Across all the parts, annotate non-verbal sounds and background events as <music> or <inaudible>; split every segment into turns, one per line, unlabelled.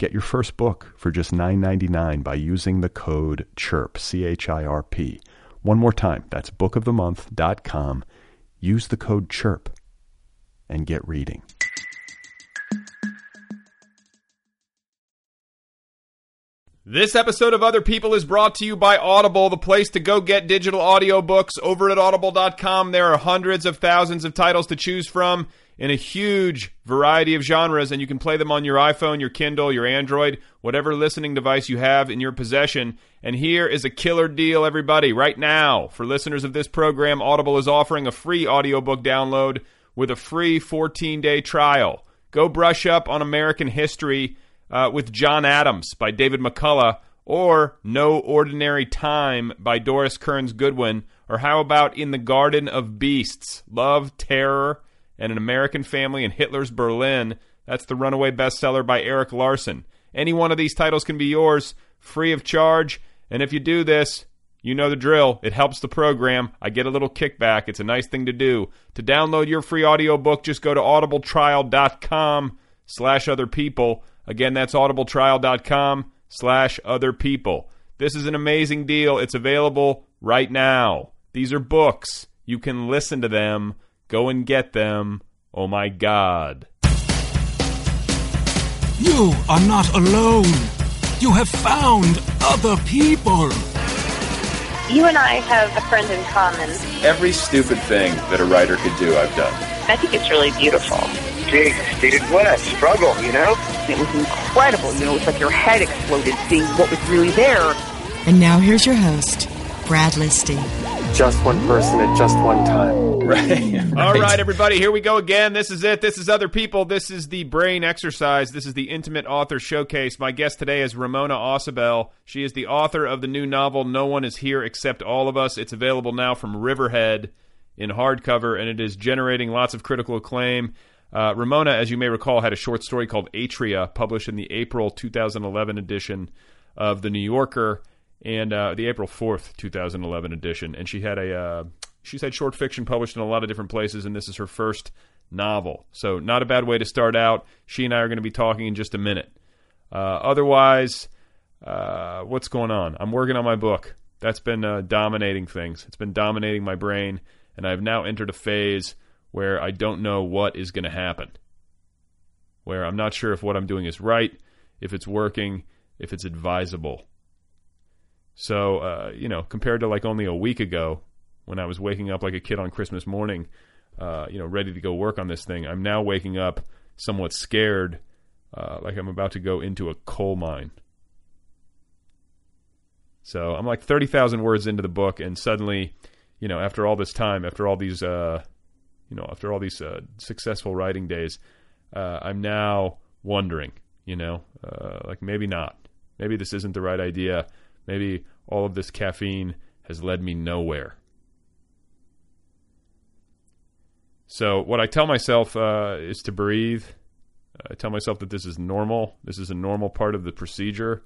Get your first book for just $9.99 by using the code CHIRP, C H I R P. One more time, that's bookofthemonth.com. Use the code CHIRP and get reading.
This episode of Other People is brought to you by Audible, the place to go get digital audiobooks. Over at audible.com, there are hundreds of thousands of titles to choose from in a huge variety of genres, and you can play them on your iPhone, your Kindle, your Android, whatever listening device you have in your possession. And here is a killer deal, everybody. Right now, for listeners of this program, Audible is offering a free audiobook download with a free 14 day trial. Go brush up on American history uh, with John Adams by David McCullough, or No Ordinary Time by Doris Kearns Goodwin, or how about In the Garden of Beasts, Love, Terror, and an American Family in Hitler's Berlin? That's the runaway bestseller by Eric Larson. Any one of these titles can be yours free of charge, and if you do this, you know the drill. It helps the program. I get a little kickback. It's a nice thing to do. To download your free audiobook, just go to audibletrial.com slash other people. Again, that's audibletrial.com slash other people. This is an amazing deal. It's available right now. These are books. You can listen to them. Go and get them. Oh my God.
You are not alone. You have found other people.
You and I have a friend in common.
Every stupid thing that a writer could do, I've done.
I think it's really beautiful.
Jesus, dude, what a struggle, you know?
It was incredible. You know, it's like your head exploded seeing what was really there.
And now here's your host, Brad Listy.
Just one person at just one time.
Right. All right, everybody, here we go again. This is it. This is Other People. This is the Brain Exercise. This is the Intimate Author Showcase. My guest today is Ramona Ossibel. She is the author of the new novel, No One Is Here Except All of Us. It's available now from Riverhead in hardcover, and it is generating lots of critical acclaim. Uh, Ramona, as you may recall, had a short story called Atria, published in the April 2011 edition of The New Yorker and uh, the April 4th 2011 edition. And she had a uh, she's had short fiction published in a lot of different places, and this is her first novel. So not a bad way to start out. She and I are going to be talking in just a minute. Uh, otherwise, uh, what's going on? I'm working on my book. That's been uh, dominating things. It's been dominating my brain, and I've now entered a phase where I don't know what is going to happen, where I'm not sure if what I'm doing is right, if it's working, if it's advisable. So, uh, you know, compared to like only a week ago when I was waking up like a kid on Christmas morning, uh, you know, ready to go work on this thing, I'm now waking up somewhat scared, uh, like I'm about to go into a coal mine. So I'm like 30,000 words into the book, and suddenly, you know, after all this time, after all these, uh, you know, after all these uh, successful writing days, uh, I'm now wondering, you know, uh, like maybe not. Maybe this isn't the right idea. Maybe all of this caffeine has led me nowhere. So, what I tell myself uh, is to breathe. I tell myself that this is normal. This is a normal part of the procedure.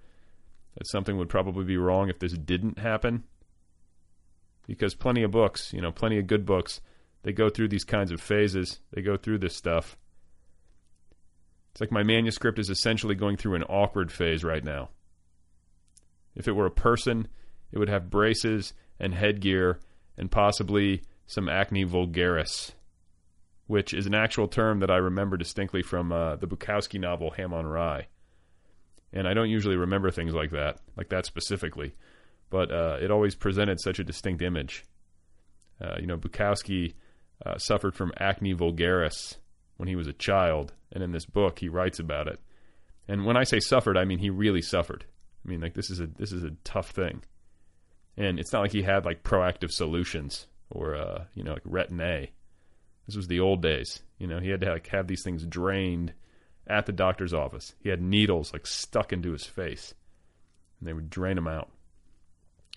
That something would probably be wrong if this didn't happen. Because plenty of books, you know, plenty of good books They go through these kinds of phases. They go through this stuff. It's like my manuscript is essentially going through an awkward phase right now. If it were a person, it would have braces and headgear and possibly some acne vulgaris, which is an actual term that I remember distinctly from uh, the Bukowski novel Ham on Rye. And I don't usually remember things like that, like that specifically, but uh, it always presented such a distinct image. Uh, you know, Bukowski uh, suffered from acne vulgaris when he was a child, and in this book he writes about it. And when I say suffered, I mean he really suffered. I mean, like this is a this is a tough thing, and it's not like he had like proactive solutions or uh, you know like Retin A. This was the old days. You know, he had to like have these things drained at the doctor's office. He had needles like stuck into his face, and they would drain him out.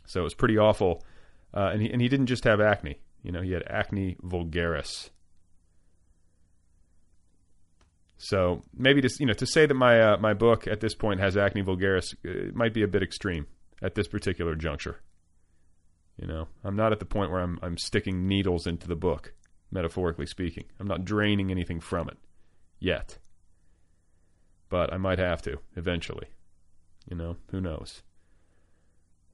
So it was pretty awful. Uh, and he and he didn't just have acne. You know, he had acne vulgaris. So maybe to you know to say that my uh, my book at this point has acne vulgaris uh, might be a bit extreme at this particular juncture. You know, I'm not at the point where I'm I'm sticking needles into the book, metaphorically speaking. I'm not draining anything from it yet. But I might have to eventually. You know, who knows.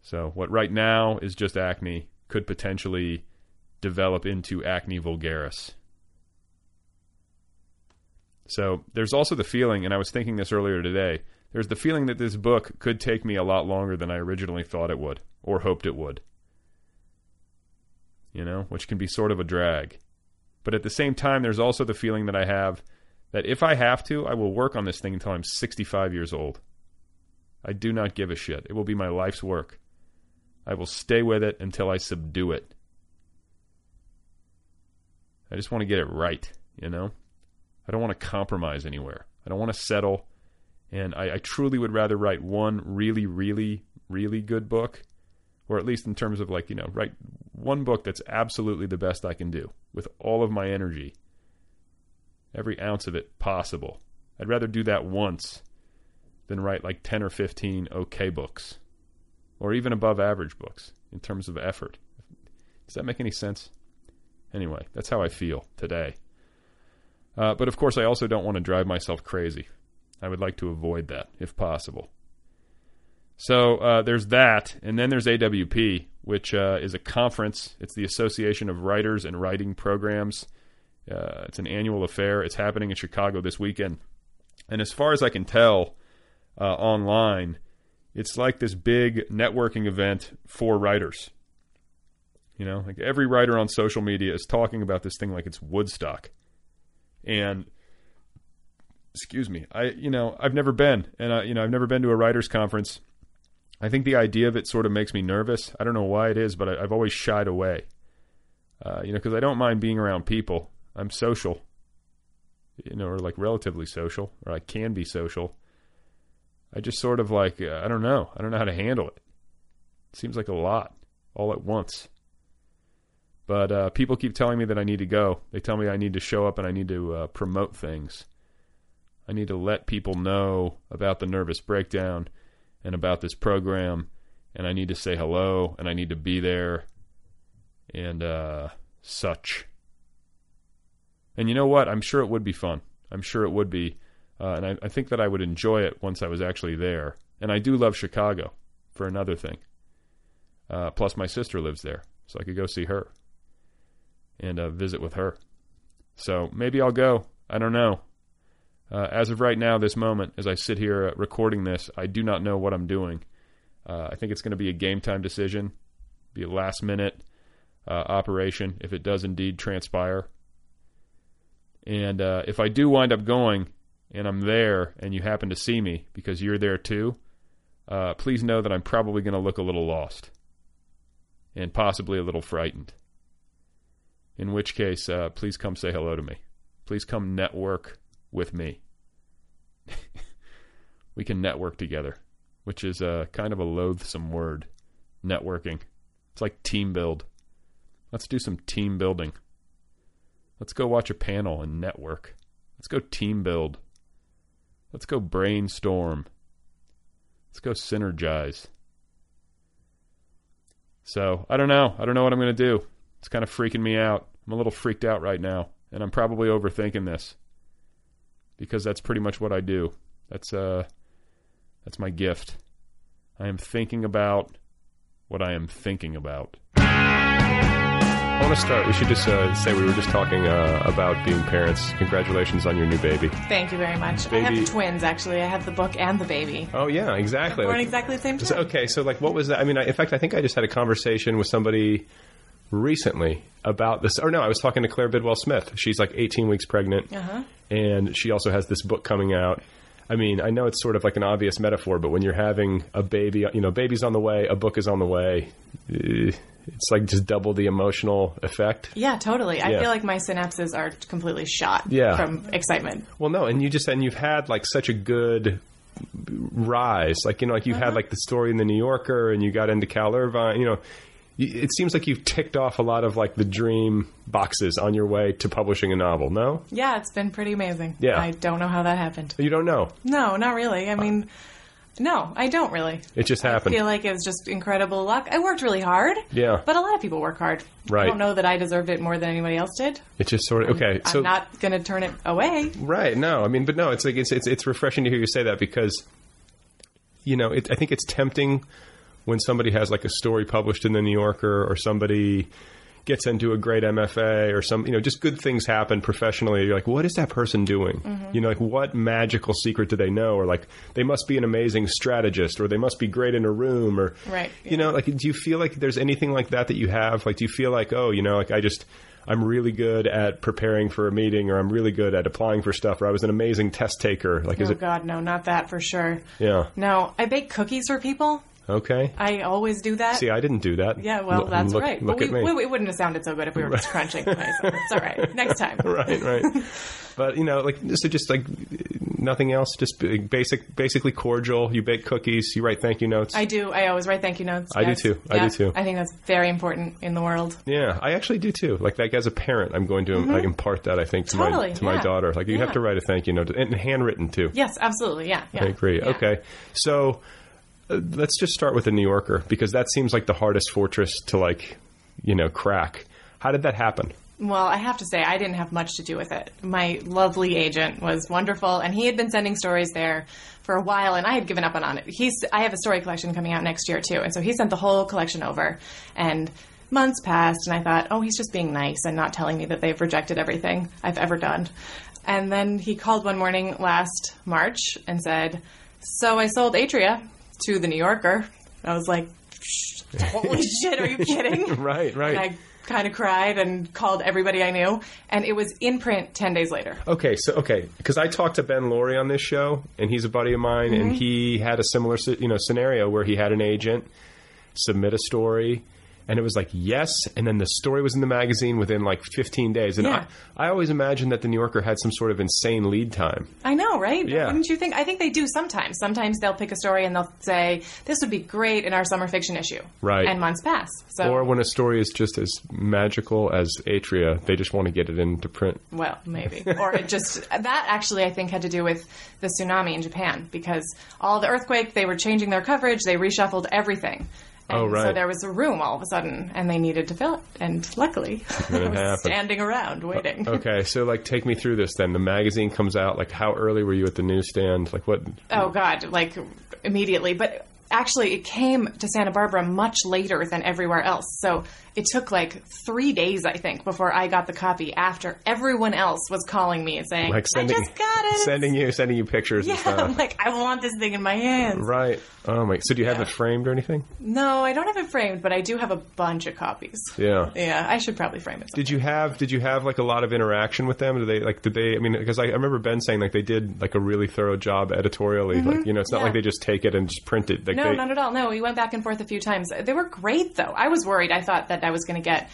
So what right now is just acne could potentially develop into acne vulgaris. So there's also the feeling, and I was thinking this earlier today. There's the feeling that this book could take me a lot longer than I originally thought it would or hoped it would. You know, which can be sort of a drag. But at the same time, there's also the feeling that I have that if I have to, I will work on this thing until I'm 65 years old. I do not give a shit. It will be my life's work. I will stay with it until I subdue it. I just want to get it right, you know? I don't want to compromise anywhere. I don't want to settle. And I, I truly would rather write one really, really, really good book, or at least in terms of like, you know, write one book that's absolutely the best I can do with all of my energy, every ounce of it possible. I'd rather do that once than write like 10 or 15 okay books or even above average books in terms of effort. Does that make any sense? Anyway, that's how I feel today. Uh, but of course, I also don't want to drive myself crazy. I would like to avoid that if possible. So uh, there's that, and then there's AWP, which uh, is a conference. It's the Association of Writers and Writing Programs. Uh, it's an annual affair. It's happening in Chicago this weekend. And as far as I can tell uh, online, it's like this big networking event for writers. You know, like every writer on social media is talking about this thing like it's Woodstock. And excuse me, I you know, I've never been and I you know, I've never been to a writers conference. I think the idea of it sort of makes me nervous. I don't know why it is, but I, I've always shied away. Uh, you know, because I don't mind being around people. I'm social, you know, or like relatively social, or I can be social. I just sort of like uh, I don't know. I don't know how to handle it. It seems like a lot all at once. But uh, people keep telling me that I need to go. They tell me I need to show up and I need to uh, promote things. I need to let people know about the nervous breakdown and about this program. And I need to say hello and I need to be there and uh, such. And you know what? I'm sure it would be fun. I'm sure it would be. Uh, and I, I think that I would enjoy it once I was actually there. And I do love Chicago, for another thing. Uh, plus, my sister lives there, so I could go see her and uh, visit with her. So maybe I'll go. I don't know. Uh, as of right now, this moment, as I sit here uh, recording this, I do not know what I'm doing. Uh, I think it's going to be a game time decision, be a last minute uh, operation if it does indeed transpire. And uh, if I do wind up going and I'm there and you happen to see me because you're there too, uh, please know that I'm probably going to look a little lost and possibly a little frightened. In which case, uh, please come say hello to me. Please come network with me. <laughs> we can network together, which is uh, kind of a loathsome word. Networking. It's like team build. Let's do some team building. Let's go watch a panel and network. Let's go team build. Let's go brainstorm. Let's go synergize. So I don't know. I don't know what I'm going to do. It's kind of freaking me out. I'm a little freaked out right now, and I'm probably overthinking this because that's pretty much what I do. That's uh, that's my gift. I am thinking about what I am thinking about.
I want to start. We should just uh, say we were just talking uh, about being parents. Congratulations on your new baby.
Thank you very much. I
Baby.
have twins, actually. I have the book and the baby.
Oh yeah, exactly.
Born
Like-
exactly the same
So,
time.
okay, so like, what was that? I mean, I, in fact, I think I just had a conversation with somebody recently about this. Or no, I was talking to Claire Bidwell Smith. She's like 18 weeks pregnant,
Uh-huh.
and she also has this book coming out. I mean, I know it's sort of like an obvious metaphor, but when you're having a baby, you know, baby's on the way, a book is on the way. eh, It's like just double the emotional effect.
Yeah, totally. I
Yeah.
feel like my synapses are completely shot
Yeah.
from excitement.
Well, no, and you just and you've had like such a good rise, like you know, like you
Mm-hmm.
had like the story in the New Yorker, and you got into Cal Irvine. You know, y- it seems like you've ticked off a lot of like the dream boxes on your way to publishing a novel. No,
Yeah, it's been pretty amazing.
Yeah.
I don't know how that happened.
you don't know.
No, not really. I mean, no, I don't really.
It just happened.
I feel like it was just incredible luck. I worked really hard.
Yeah.
But a lot of people work hard.
Right.
I don't know that I deserved it more than anybody else did.
it just sort of okay. so
I'm not going to turn it away.
Right. No, I mean, but no, it's like it's it's, it's refreshing to hear you say that because, you know, it, I think it's tempting when somebody has like a story published in the New Yorker or somebody gets into a great MFA or some, you know, just good things happen professionally. You're like, what is that person doing? You know, like what magical secret do they know? Or like they must be an amazing strategist or they must be great in a room or,
Right,
you know, like do you feel like there's anything like that that you have? Like, do you feel like, oh, you know, like I just, I'm really good at preparing for a meeting or I'm really good at applying for stuff or I was an amazing test taker. Like, is
oh,
it,
God, no, not that for sure.
yeah.
No, I bake cookies for people.
Okay.
I always do that.
See, I didn't do that.
yeah, well,
Look-
that's
look-
right.
Look
but
at
we,
me.
we- it wouldn't have sounded so good if we were just crunching. Okay, so it's all right. Next time.
<laughs> right, right.
<laughs>
But you know, like so, just like nothing else, just b- basic, basically cordial. You bake cookies, you write thank you notes.
I do. I always write thank you notes.
I do
yes.
too. I do
Yeah.
too.
I think that's very important in the world.
yeah, I actually do too. Like, like as a parent, I'm going to im- like, impart that I think to my
Mm-hmm. Totally,
to my
yeah.
daughter. Like, you have
Yeah.
to write a thank you note and handwritten too.
Yes, absolutely. Yeah. yeah.
I agree.
Yeah.
Okay, so uh, let's just start with the New Yorker because that seems like the hardest fortress to like, you know, crack. How did that happen?
Well, I have to say, I didn't have much to do with it. My lovely agent was wonderful, and he had been sending stories there for a while, and I had given up on it. He's, I have a story collection coming out next year, too, and so he sent the whole collection over, and months passed, and I thought, oh, he's just being nice and not telling me that they've rejected everything I've ever done. And then he called one morning last March and said, so I sold Atria to the New Yorker. I was like,
<laughs>
holy shit, are you kidding?
Right, right.
And I kind of cried and called everybody I knew, and it was in print 10 days later.
Okay, so okay, because I talked to Ben Laurie on this show, and he's a buddy of mine,
Mm-hmm.
and he had a similar si- you know scenario where he had an agent submit a story, and it was like yes, and then the story was in the magazine within like 15 days, and
Yeah.
I, I always imagined that the New Yorker had some sort of insane lead time.
I know, right?
Yeah.
Wouldn't you think? I think they do sometimes. Sometimes they'll pick a story and they'll say, this would be great in our summer fiction issue.
Right.
And months pass. So,
Or when a story is just as magical as Atria, they just want to get it
<laughs>
into print.
well,
<laughs>
maybe. or it just, that actually, I think, had to do with the tsunami in Japan because all the earthquake, they were changing their coverage, they reshuffled everything. And
Oh, right.
So there was a room all of a sudden, and they needed to fill it. And luckily, <laughs> I
it
was
happened.
standing around waiting.
Okay, so like take me through this then. The magazine comes out. Like how early were you at the newsstand? Like what?
oh god like immediately but actually it came to santa barbara much later than everywhere else so it took like three days i think before i got the copy after everyone else was calling me and saying
Like sending
i just got it
sending you sending you
<laughs>
pictures
yeah
and stuff.
i'm like i want this thing in my hands
Right. Oh my. So do you have it framed or anything?
no i don't have it framed but i do have a bunch of copies
Yeah.
yeah i should probably frame it
Did you have Did you have like a lot of interaction with them? Did they like Did they? I mean, because I, I remember Ben saying like they did like a really thorough job editorially. Like you know, it's not
Mm-hmm. Yeah.
like they just take it and just print it. Like
No,
they,
not at all. No, we went back and forth a few times. They were great, though. I was worried. I thought that I was going to get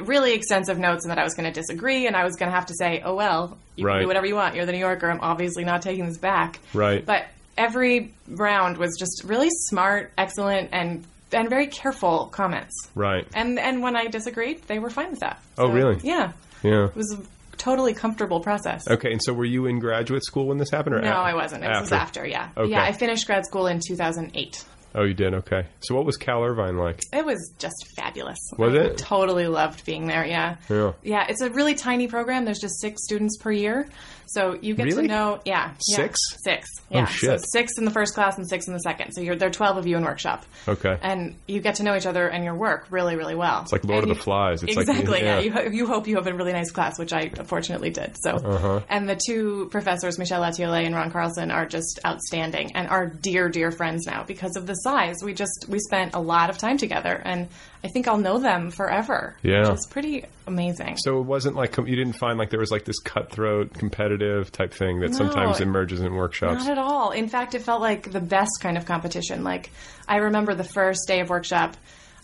really extensive notes and that I was going to disagree and I was going to have to say, oh, well, you
Right.
can do whatever you want. You're the New Yorker. I'm obviously not taking this back.
Right.
But every round was just really smart, excellent, and and very careful comments.
Right.
And and when I disagreed, they were fine with that.
Oh, really?
Yeah.
yeah.
It was a totally comfortable process.
Okay. And so were you in graduate school when this happened? Or
No, I wasn't. It was after, yeah.
Okay.
Yeah, I finished grad school in 2008.
Oh, you did. Okay. So what was Cal Irvine like?
It was just fabulous.
Was
I
it?
Totally loved being there. Yeah.
Yeah.
It's a really tiny program. There's just six students per year, so you get
Really?
to know. Yeah. yeah.
Six?
Six.
Oh,
Yeah.
shit.
So six in the first class and six in the second. So you're there. are Twelve of you in workshop.
Okay.
And you get to know each other and your work really, really well.
It's like Lord
And
of the Flies. It's like-
exactly. yeah.
yeah.
You, ho- you hope you have a really nice class, which I fortunately did. So,
Uh-huh.
and the two professors, Michelle Atiole and Ron Carlson, are just outstanding and are dear, dear friends now because of the size. We just we spent a lot of time together, and I think I'll know them forever.
Yeah.
which is pretty amazing.
So it wasn't like com- you didn't find like there was like this cutthroat, competitive type thing that
No,
sometimes
it-
emerges in workshops.
Not at all. In fact, it felt like the best kind of competition. Like I remember the first day of workshop,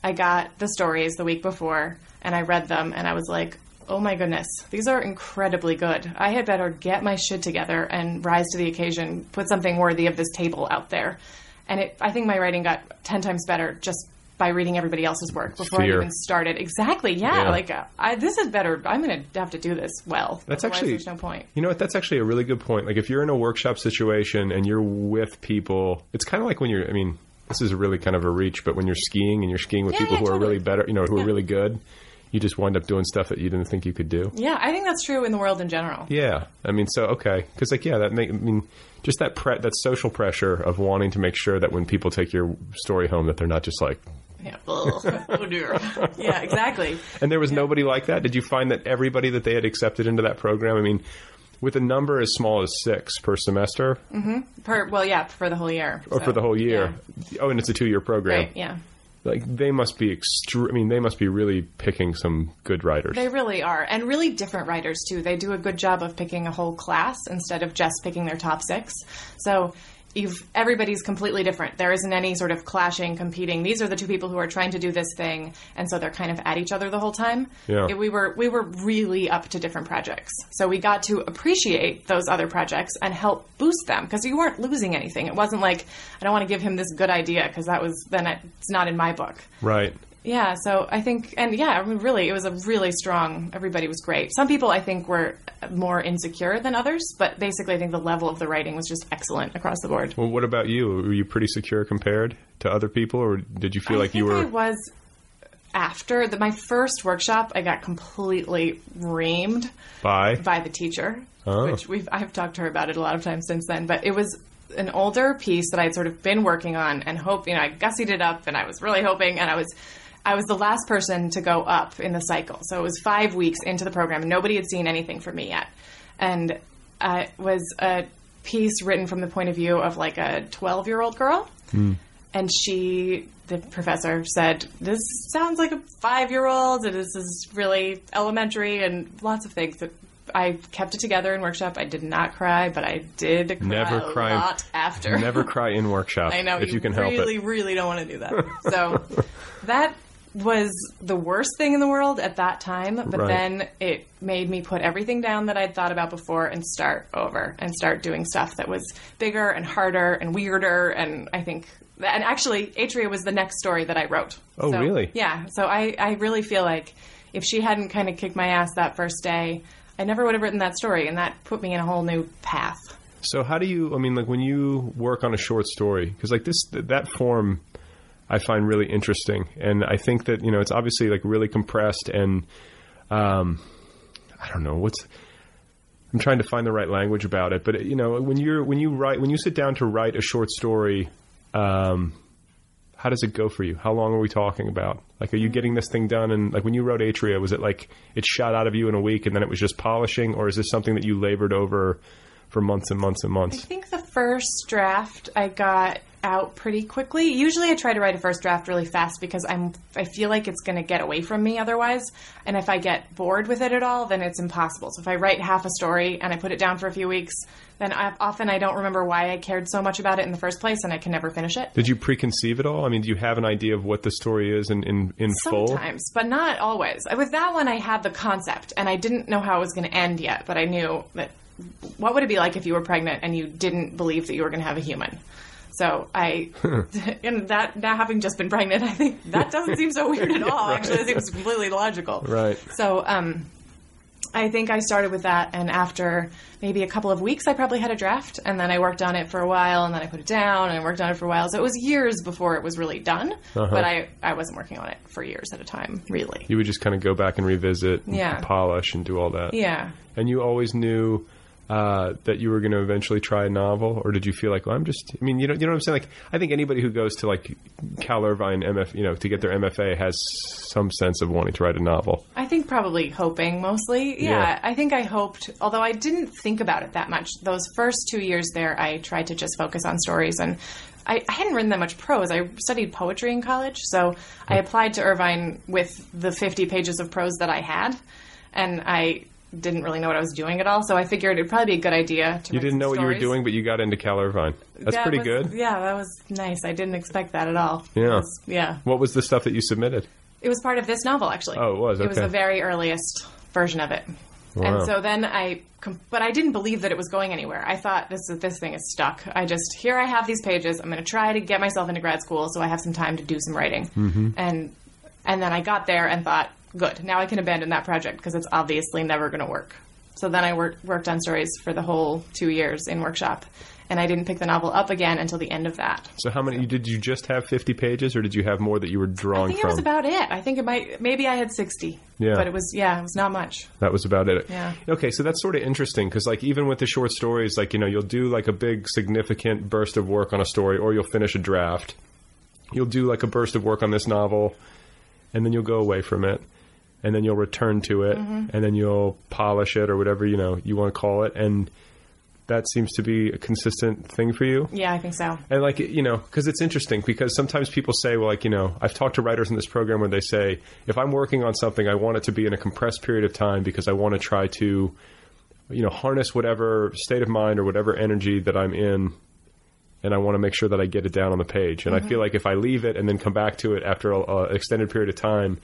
I got the stories the week before and I read them and I was like, "Oh my goodness, these are incredibly good. I had better get my shit together and rise to the occasion, put something worthy of this table out there." And it, I think my writing got 10 times better just by reading everybody else's work before
Fear.
I even started. Exactly. Yeah,
Yeah.
like uh, I, this is better. I'm going to have to do this well.
That's
Otherwise,
actually
there's no point.
You know what? That's actually a really good point. Like if you're in a workshop situation and you're with people, it's kind of like when you're. I mean, this is really kind of a reach, but when you're skiing and you're skiing with
Yeah,
people
yeah,
who are
totally.
really better, you know, who are really good, you just wind up doing stuff that you didn't think you could do.
Yeah, I think that's true in the world in general.
Yeah, I mean, so okay, because like, yeah, that make, I mean, just that pre- that social pressure of wanting to make sure that when people take your story home, that they're not just like.
Yeah. ugh. <laughs> oh dear. Yeah, exactly.
And there was nobody like that. Did you find that everybody that they had accepted into that program? I mean, with a number as small as six per semester
Per well, yeah, for the whole year.
or
so,
for the whole year. Oh, and it's a two-year
Yeah.
program.
Right, yeah.
Like they must be extre- I mean, they must be really picking some good writers.
They really are, and really different writers too. They do a good job of picking a whole class instead of just picking their top six. So you've everybody's completely different. There isn't any sort of clashing, competing. These are the two people who are trying to do this thing, and so they're kind of at each other the whole time.
Yeah.
It- we were we were really up to different projects, so we got to appreciate those other projects and help boost them because you weren't losing anything. It wasn't like I don't want to give him this good idea because that was then I, it's not in my book.
right.
Yeah, so I think, and yeah, I mean, really, it was a really strong. Everybody was great. Some people I think were more insecure than others, but basically, I think the level of the writing was just excellent across the board.
Well, what about you? Were you pretty secure compared to other people, or did you feel
I
like you
think
were?
I was after the, my first workshop, I got completely reamed
By?
by the teacher,
Oh.
which we've I've talked to her about it a lot of times since then. But it was an older piece that I'd sort of been working on and hope you know I gussied it up and I was really hoping and I was. I was the last person to go up in the cycle. So it was five weeks into the program. and Nobody had seen anything from me yet. And uh, it was a piece written from the point of view of like a 12 year old girl and she the professor said this sounds like a five year old and this is really elementary and lots of things that i kept it together in workshop i did not cry but i did cry
Never
a
cry.
lot after <laughs>
Never cry in workshop.
i know
if you, can help
really
it.
really don't want to do that
<laughs>
so that was the worst thing in the world at that time but
Right.
then it made me put everything down that i'd thought about before and start over and start doing stuff that was bigger and harder and weirder and i think and actually atria was the next story that i wrote
Oh,
So,
really?
yeah so i i really feel like if she hadn't kind of kicked my ass that first day i never would have written that story and that put me in a whole new path
So how do you? I mean, like when you work on a short story, because like this th- that form, I find really interesting, and I think that you know it's obviously like really compressed, and um, I don't know what's. I'm trying to find the right language about it, but you know when you're when you write when you sit down to write a short story, um, how does it go for you? How long are we talking about? Like, are you getting this thing done? And like when you wrote Atria, was it like it shot out of you in a week and then it was just polishing, or is this something that you labored over for months and months and months?
I think the first draft I got out pretty quickly. Usually I try to write a first draft really fast because I'm I feel like it's going to get away from me otherwise. And if I get bored with it at all, then it's impossible. So if I write half a story and I put it down for a few weeks, then I, often I don't remember why I cared so much about it in the first place and I can never finish it.
Did you preconceive it all? I mean, do you have an idea of what the story is in in, in full?
Sometimes, but not always. With that one, I had the concept, and I didn't know how it was going to end yet. But I knew that what would it be like if you were pregnant and you didn't believe that you were going to have a human. So I, <laughs> and that now having just been pregnant, I think that doesn't seem so weird at all. Actually, it seems completely logical.
Right.
So, um, I think I started with that, and after maybe a couple of weeks, I probably had a draft, and then I worked on it for a while, and then I put it down, and I worked on it for a while. So it was years before it was really done,
Uh-huh.
but I, I wasn't working on it for years at a time, really.
You would just kind of go back and revisit, and
Yeah.
polish, and do all that.
Yeah.
And you always knew uh, that you were going to eventually try a novel, or did you feel like, well, I'm just? I mean, you know, you know what I'm saying? Like, I think anybody who goes to like Cal Irvine MF, you know, to get their MFA has some sense of wanting to write a novel.
I think probably hoping mostly. Yeah,
Yeah.
I think I hoped, although I didn't think about it that much. Those first two years there, I tried to just focus on stories, and I, I hadn't written that much prose. I studied poetry in college, so I applied to Irvine with the 50 pages of prose that I had, and I didn't really know what I was doing at all. So I figured it'd probably be a good idea to.
You didn't know what you were doing, but you got into Cal Irvine. That's pretty good.
Yeah, that was nice. I didn't expect that at all.
Yeah.
Yeah.
What was the stuff that you submitted?
It was part of this novel, actually.
Oh, it was,
It was
okay.
the very earliest version of it.
Wow.
And so then I, com- but I didn't believe that it was going anywhere. I thought this is- this thing is stuck. I just here I have these pages. I'm going to try to get myself into grad school so I have some time to do some writing.
Mm-hmm.
And and then I got there and thought, good, now I can abandon that project because it's obviously never going to work. So then I wor- worked on stories for the whole two years in workshop, and I didn't pick the novel up again until the end of that.
So how many did you just have? Fifty pages, or did you have more that you were
I
drawing
think it
from?
was about it. I think it might maybe I had sixty.
Yeah.
But it was yeah, it was not much.
That was about it.
Yeah.
Okay, so that's sort of interesting because, like, even with the short stories, like, you know, you'll do like a big, significant burst of work on a story, or you'll finish a draft. You'll do like a burst of work on this novel, and then you'll go away from it, and then you'll return to it, and then you'll polish it or whatever you know you want to call it, and that seems to be a consistent thing for you.
Yeah, I think so.
And like you know, because it's interesting because sometimes people say, well, like you know, I've talked to writers in this program where they say, if I'm working on something, I want it to be in a compressed period of time because I want to try to, you know, harness whatever state of mind or whatever energy that I'm in, and I want to make sure that I get it down on the page. And I feel like if I leave it and then come back to it after an extended period of time,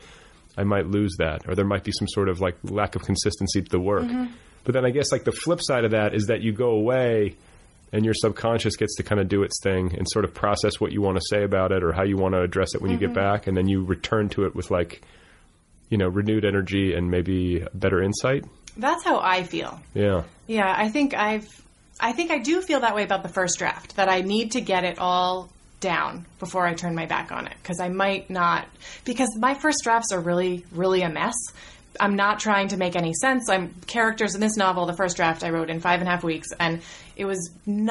I might lose that, or there might be some sort of like lack of consistency to the work. But then I guess like the flip side of that is that you go away and your subconscious gets to kind of do its thing and sort of process what you want to say about it or how you want to address it when
Mm-hmm.
you get back and then you return to it with like you know renewed energy and maybe better insight
That's how I feel.
yeah
Yeah, I think I've I think I do feel that way about the first draft that I need to get it all down before I turn my back on it because I might not because my first drafts are really really a mess. I'm not trying to make any sense. I'm characters in this novel. The first draft I wrote in five and a half weeks, and it was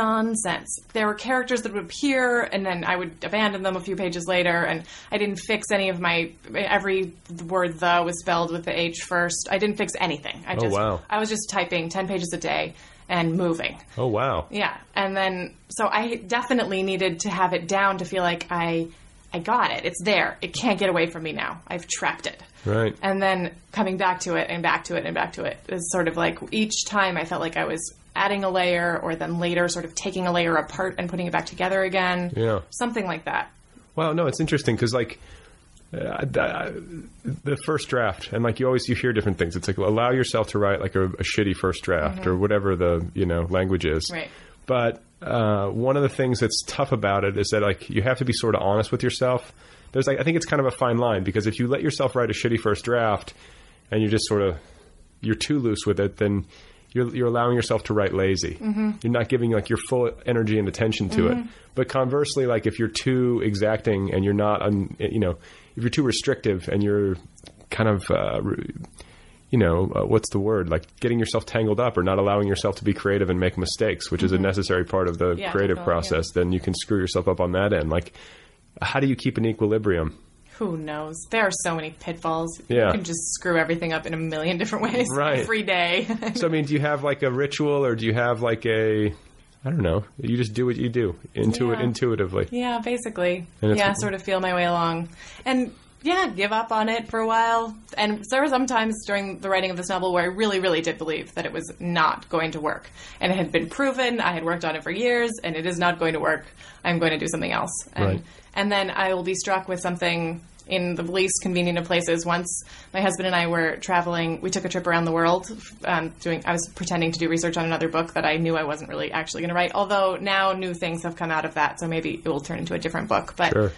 nonsense. There were characters that would appear, and then I would abandon them a few pages later, and I didn't fix any of my every word the was spelled with the H first. I didn't fix anything. I
Oh,
just
wow.
I was just typing 10 pages a day and moving.
oh wow
Yeah. And then, so I definitely needed to have it down to feel like I, I got it. It's there. It can't get away from me now. I've trapped it.
right
And then coming back to it and back to it and back to it is sort of like each time I felt like I was adding a layer or then later sort of taking a layer apart and putting it back together again.
Yeah.
Something like that.
Well, no, it's interesting because like uh, th- I- the first draft, and like you always you hear different things. It's like allow yourself to write like a, a shitty first draft or whatever the you know language is.
Mm-hmm. Right.
But uh, one of the things that's tough about it is that like you have to be sort of honest with yourself. There's like I think it's kind of a fine line because if you let yourself write a shitty first draft and you're just sort of you're too loose with it, then you're, you're allowing yourself to write lazy.
Mm-hmm.
You're not giving like your full energy and attention to it. But conversely, like if you're too exacting and you're not, un, you know, if you're too restrictive and you're kind of, uh, re- you know, uh, what's the word? Like getting yourself tangled up or not allowing yourself to be creative and make mistakes, which is a necessary part of the
Mm-hmm. Yeah,
creative
definitely,
process, then you can screw yourself up on that end. Like, how do you keep an equilibrium?
Who knows? There are so many pitfalls.
Yeah.
You can just screw everything up in a million different ways
Right.
every day. <laughs>
So I mean, do you have like a ritual, or do you have like a I don't know. You just do what you do intu-
Yeah.
intuitively.
Yeah, basically.
And it's-
Yeah, sort of feel my way along. And yeah, give up on it for a while. And there were some times during the writing of this novel where I really, really did believe that it was not going to work. And it had been proven, I had worked on it for years, and it is not going to work. I'm going to do something else. And,
Right.
and then I will be struck with something in the least convenient of places. Once my husband and I were traveling, we took a trip around the world. Um, doing, I was pretending to do research on another book that I knew I wasn't really actually going to write. Although now new things have come out of that, so maybe it will turn into a different book. But
Sure.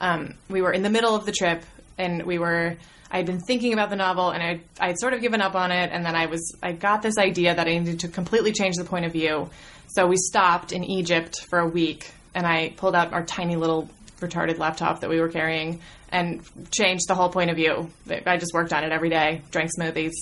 um, we were in the middle of the trip and we were. I had been thinking about the novel, and I I had sort of given up on it, and then I was I got this idea that I needed to completely change the point of view. So we stopped in Egypt for a week, and I pulled out our tiny little retarded laptop that we were carrying and changed the whole point of view. I just worked on it every day, drank smoothies.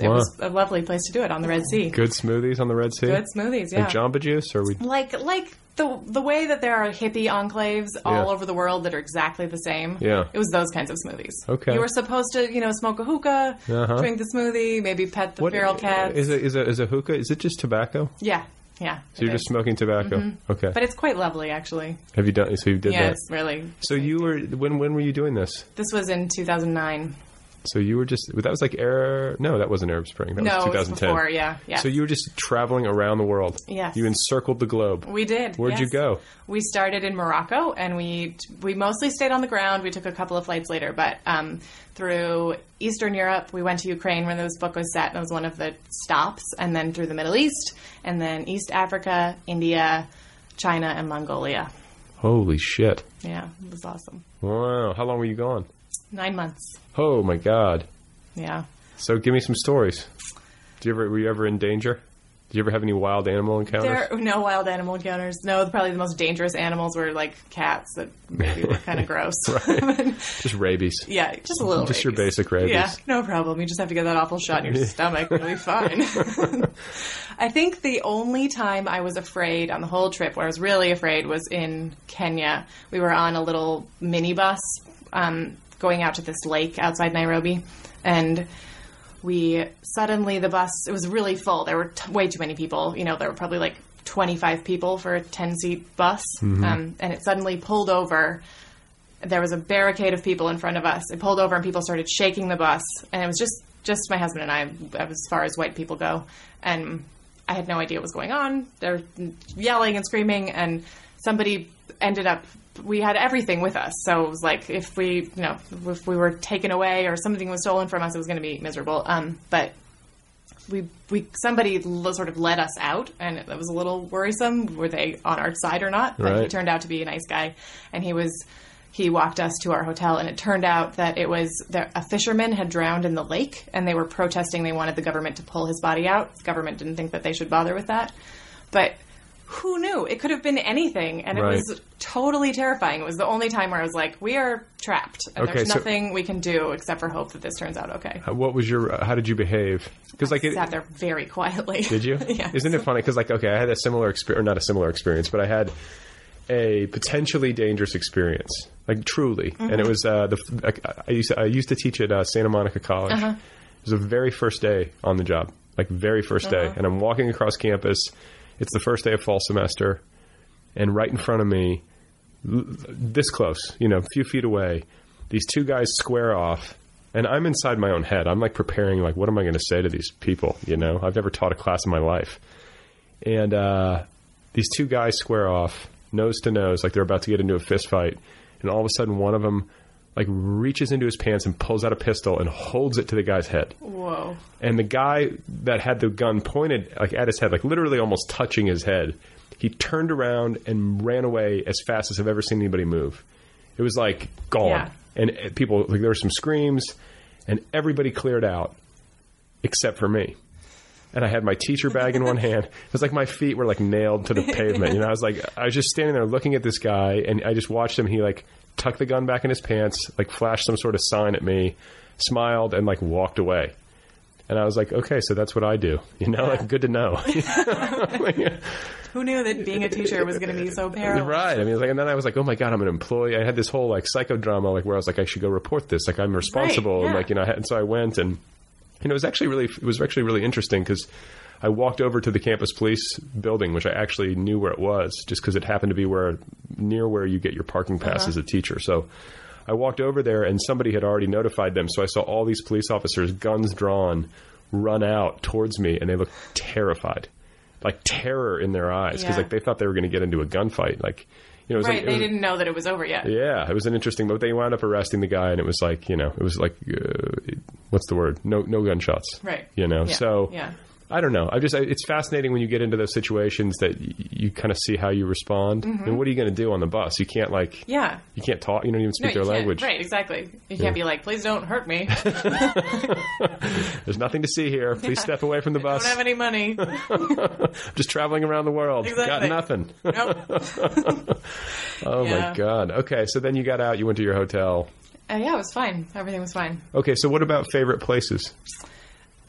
It
Wow.
was a lovely place to do it on the Red Sea.
Good smoothies on the Red Sea.
Good smoothies, yeah.
Like Jamba Juice, or we
Like like the the way that there are hippie enclaves all
Yeah.
over the world that are exactly the same.
Yeah.
It was those kinds of smoothies.
Okay.
You were supposed to, you know, smoke a hookah,
Uh-huh. uh,
drink the smoothie, maybe pet the feral cat.
Is it is a, is a hookah? Is it just tobacco?
yeah. Yeah.
So you're
it
just
is.
smoking tobacco. Okay.
Mm-hmm. But it's quite lovely actually.
Have you done? So you did
yeah,
that.
it's really.
So you were when when were you doing this?
This was in 2009.
Oh, So you were just that was like Arab. No, that wasn't Arab Spring. That was
no, it was
2010.
before, yeah. Yeah.
So you were just traveling around the world.
Yes.
You encircled the globe.
We did.
Where'd you
yes.
go?
We started in Morocco, and we we mostly stayed on the ground. We took a couple of flights later, but um, through Eastern Europe, we went to Ukraine when this book was set. That was one of the stops, and then through the Middle East, and then East Africa, India, China, and Mongolia.
Holy shit!
Yeah, it was awesome.
Wow. How long were you gone?
Nine months.
Oh my god.
Yeah.
So give me some stories. Did you ever were you ever in danger? Did you ever have any wild animal encounters?
There were no wild animal encounters. No, probably the most dangerous animals were like cats that maybe were kind of gross.
<laughs>
<laughs>
Just rabies.
Yeah, just a little.
Just your
rabies.
basic rabies.
Yeah, no problem. You just have to get that awful shot in your stomach. You'll be
<laughs>
fine. I think the only time I was afraid on the whole trip, where I was really afraid, was in Kenya. We were on a little minibus um, going out to this lake outside Nairobi, and we suddenly the bus it was really full. There were t- way too many people. You know, there were probably like 25 people for a 10 seat bus,
Mm-hmm.
um, and it suddenly pulled over there was a barricade of people in front of us. It pulled over and people started shaking the bus, and it was just just my husband and I, as far as white people go, and I had no idea what was going on. They're yelling and screaming, and somebody ended up. We had everything with us, so it was like if we, you know, if we were taken away or something was stolen from us, it was going to be miserable. Um, but we we somebody l- sort of let us out, and that was a little worrisome. Were they on our side or not? But he
Right.
turned out to be a nice guy, and he was. He walked us to our hotel, and it turned out that it was there, a fisherman had drowned in the lake, and they were protesting. They wanted the government to pull his body out. The government didn't think that they should bother with that, but who knew? It could have been anything, and
Right.
it was totally terrifying. It was the only time where I was like, "We are trapped, and
Okay,
there's
so-
nothing we can do except for hope that this turns out okay."
What was your? How did you behave? Because like it,
sat there very quietly.
Did you?
<laughs> yeah.
Isn't it funny? Because like, okay, I had a similar experience, or not a similar experience, but I had a potentially dangerous experience, like truly. And
Mm-hmm.
it was uh, the I, I used to, I used to teach at uh, Santa Monica College.
Uh-huh.
It was the very first day on the job, like very 1st day,
Uh-huh.
and I'm walking across campus. It's the first day of fall semester, and right in front of me, l- this close, you know, a few feet away, these two guys square off. And I'm inside my own head. I'm like preparing, like, what am I going to say to these people? You know, I've never taught a class in my life. And uh, these two guys square off, nose to nose, like they're about to get into a fist fight. And all of a sudden, one of them like reaches into his pants and pulls out a pistol and holds it to the guy's head.
Whoa.
And the guy that had the gun pointed like at his head, like literally almost touching his head, he turned around and ran away as fast as I've ever seen anybody move. It was like gone,
Yeah.
and uh, people like there were some screams, and everybody cleared out except for me. And I had my teacher bag in one hand. It was like my feet were like nailed to the pavement. You know, I was like, I was just standing there looking at this guy, and I just watched him. He like tucked the gun back in his pants, like flashed some sort of sign at me, smiled, and like walked away. And I was like, okay, so that's what I do. <laughs> You know, like, good to know.
Who knew that being a teacher was going to be so perilous?
<laughs> right. I mean, like, and then I was like, oh my God, I'm an employee. I had this whole like psychodrama, like where I was like, I should go report this. Like I'm responsible. And
yeah.
like, you know, I had, and so I went and, you know, it was actually really, it was actually really interesting because I walked over to the campus police building, which I actually knew where it was just because it happened to be where, near where you get your parking pass
Uh-huh.
as a teacher. So I walked over there and somebody had already notified them. So I saw all these police officers, guns drawn, run out towards me and they looked terrified. Like terror in their eyes because
Yeah.
like they thought they were going to get into a gunfight. Like, you know, it was
Right,
like- it
they
was-
didn't know that it was over yet.
Yeah, it was an interesting. But they wound up arresting the guy, and it was like you know, it was like uh, what's the word? No, no gunshots.
Right.
You know,
Yeah.
so
Yeah.
I don't know. I just I, it's fascinating when you get into those situations that y- you kind of see how you respond.
Mm-hmm.
I mean, what are you going to do on the bus? You can't like
Yeah.
you can't talk. You don't even
No, you
speak their
can't-
language.
Right, exactly. You can't be like, please don't hurt me. I
There's nothing to see here. Please step away from the
<laughs> don't
bus.
have any
<laughs>
money.
just traveling around the world.
Exactly. <laughs>
Got nothing.
Nope. Uh,
Oh my
Yeah.
god. Okay, so then you got out. You went to your hotel.
Uh, yeah, it was fine. Everything was fine.
Okay, so what about favorite places?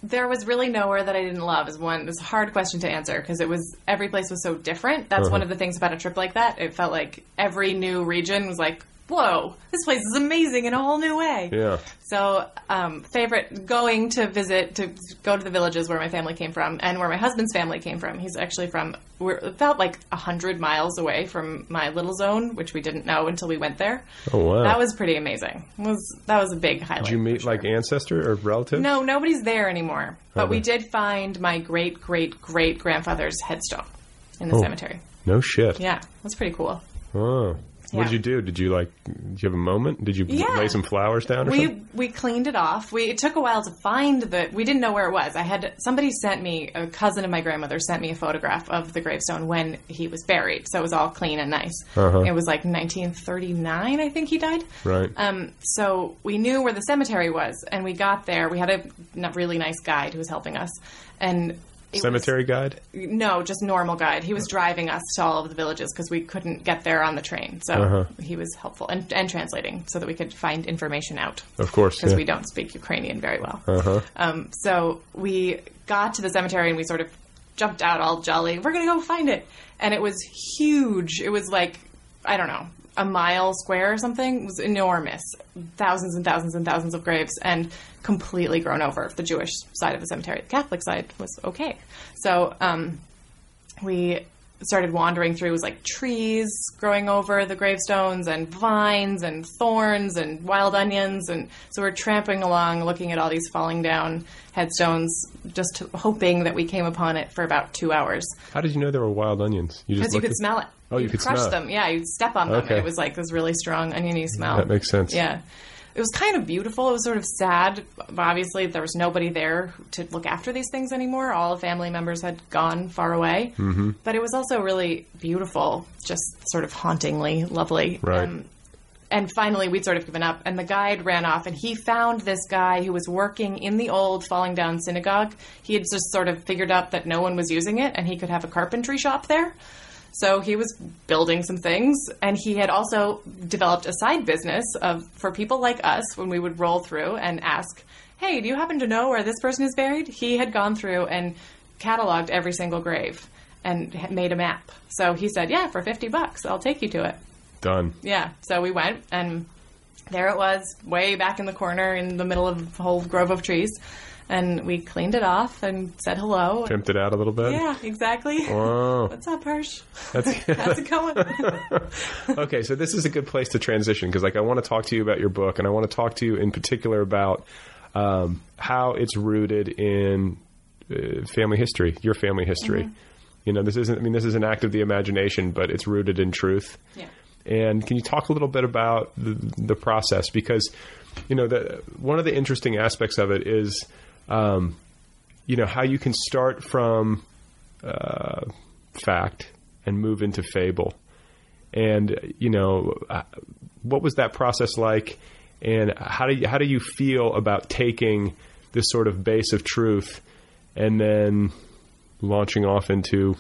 There was really nowhere that I didn't love. Is one. It was a hard question to answer because it was every place was so different.
Uh-huh.
That's one of the things about a trip like that. It felt like every new region was like, whoa, this place is amazing in a whole new way.
Yeah.
So, um, favorite going to visit to go to the villages where my family came from and where my husband's family came from. He's actually from we're about like hundred miles away from my little zone, which we didn't know until we went there.
Oh, wow.
That was pretty amazing. Was that was a big highlight.
Did you meet like ancestor or relative?
No, nobody's there anymore. But we did find my great great great grandfather's headstone in
Oh.
the cemetery.
No shit.
Yeah, that's pretty cool.
Oh. What did
Yeah.
you do? Did you like? Did you have a moment? Did you
Yeah.
lay some flowers down or something?
We we cleaned it off. We it took a while to find the. We didn't know where it was. I had somebody sent me a cousin of my grandmother sent me a photograph of the gravestone when he was buried. So it was all clean and nice.
Uh-huh.
It was like 1939, I think he died.
Right.
Um, so we knew where the cemetery was, and we got there. We had a n- really nice guide who was helping us, and. it was-
Cemetery guide.
No, just normal guide. He was driving us to all of the villages because we couldn't get there on the train. So
Uh-huh.
he was helpful and, and translating so that we could find information out.
Of course,
Because
yeah. Uh-huh.
we don't speak Ukrainian very well. Um, so we got to the cemetery and we sort of jumped out all jolly. We're going to go find it. And it was huge. It was like, I don't know, a mile square or something. It was enormous. Thousands and thousands and thousands of graves and completely grown over. The Jewish side of the cemetery, the Catholic side was okay. So, um, we started wandering through it was like trees growing over the gravestones and vines and thorns and wild onions and so we're tramping along looking at all these falling down headstones just hoping that we came upon it for about two hours
How did you know there were wild onions? You
because you
looked
could
at-
smell it
Oh, you
You'd
could
crush
smell it.
them yeah you'd step on them
Okay. Mm-hmm.
and it was like this really strong oniony smell
That makes sense.
yeah it was kind of beautiful it was sort of sad obviously there was nobody there to look after these things anymore all the family members had gone far away mm-hmm. but it was also really beautiful just sort of hauntingly lovely
Right.
and finally we'd sort of given up and the guide ran off and he found this guy who was working in the old falling down synagogue he had just sort of figured out that no one was using it and he could have a carpentry shop there so he was building some things and he had also developed a side business of for people like us when we would roll through and ask hey do you happen to know where this person is buried he had gone through and cataloged every single grave and had made a map so he said yeah for 50 bucks i'll take you to it
Done.
yeah. So we went, and there it was, way back in the corner in the middle of a whole grove of trees. And we cleaned it off and said hello.
Pimped it out a little bit.
Yeah, exactly. <laughs>
Wow.
What's up, Hirsch? <laughs>
That's-
How's it going?
<laughs> Okay, so this is a good place to transition because, like, I want to talk to you about your book, and I want to talk to you in particular about um, how it's rooted in uh, family history, your family history.
Mm-hmm.
You know, this isn't. I mean, this is an act of the imagination, but it's rooted in truth.
Yeah.
And can you talk a little bit about the, the process? Because, you know, the, one of the interesting aspects of it is, um, you know, how you can start from uh, fact and move into fable and you know uh, what was that process like and how do you, how do you feel about taking this sort of base of truth and then launching off into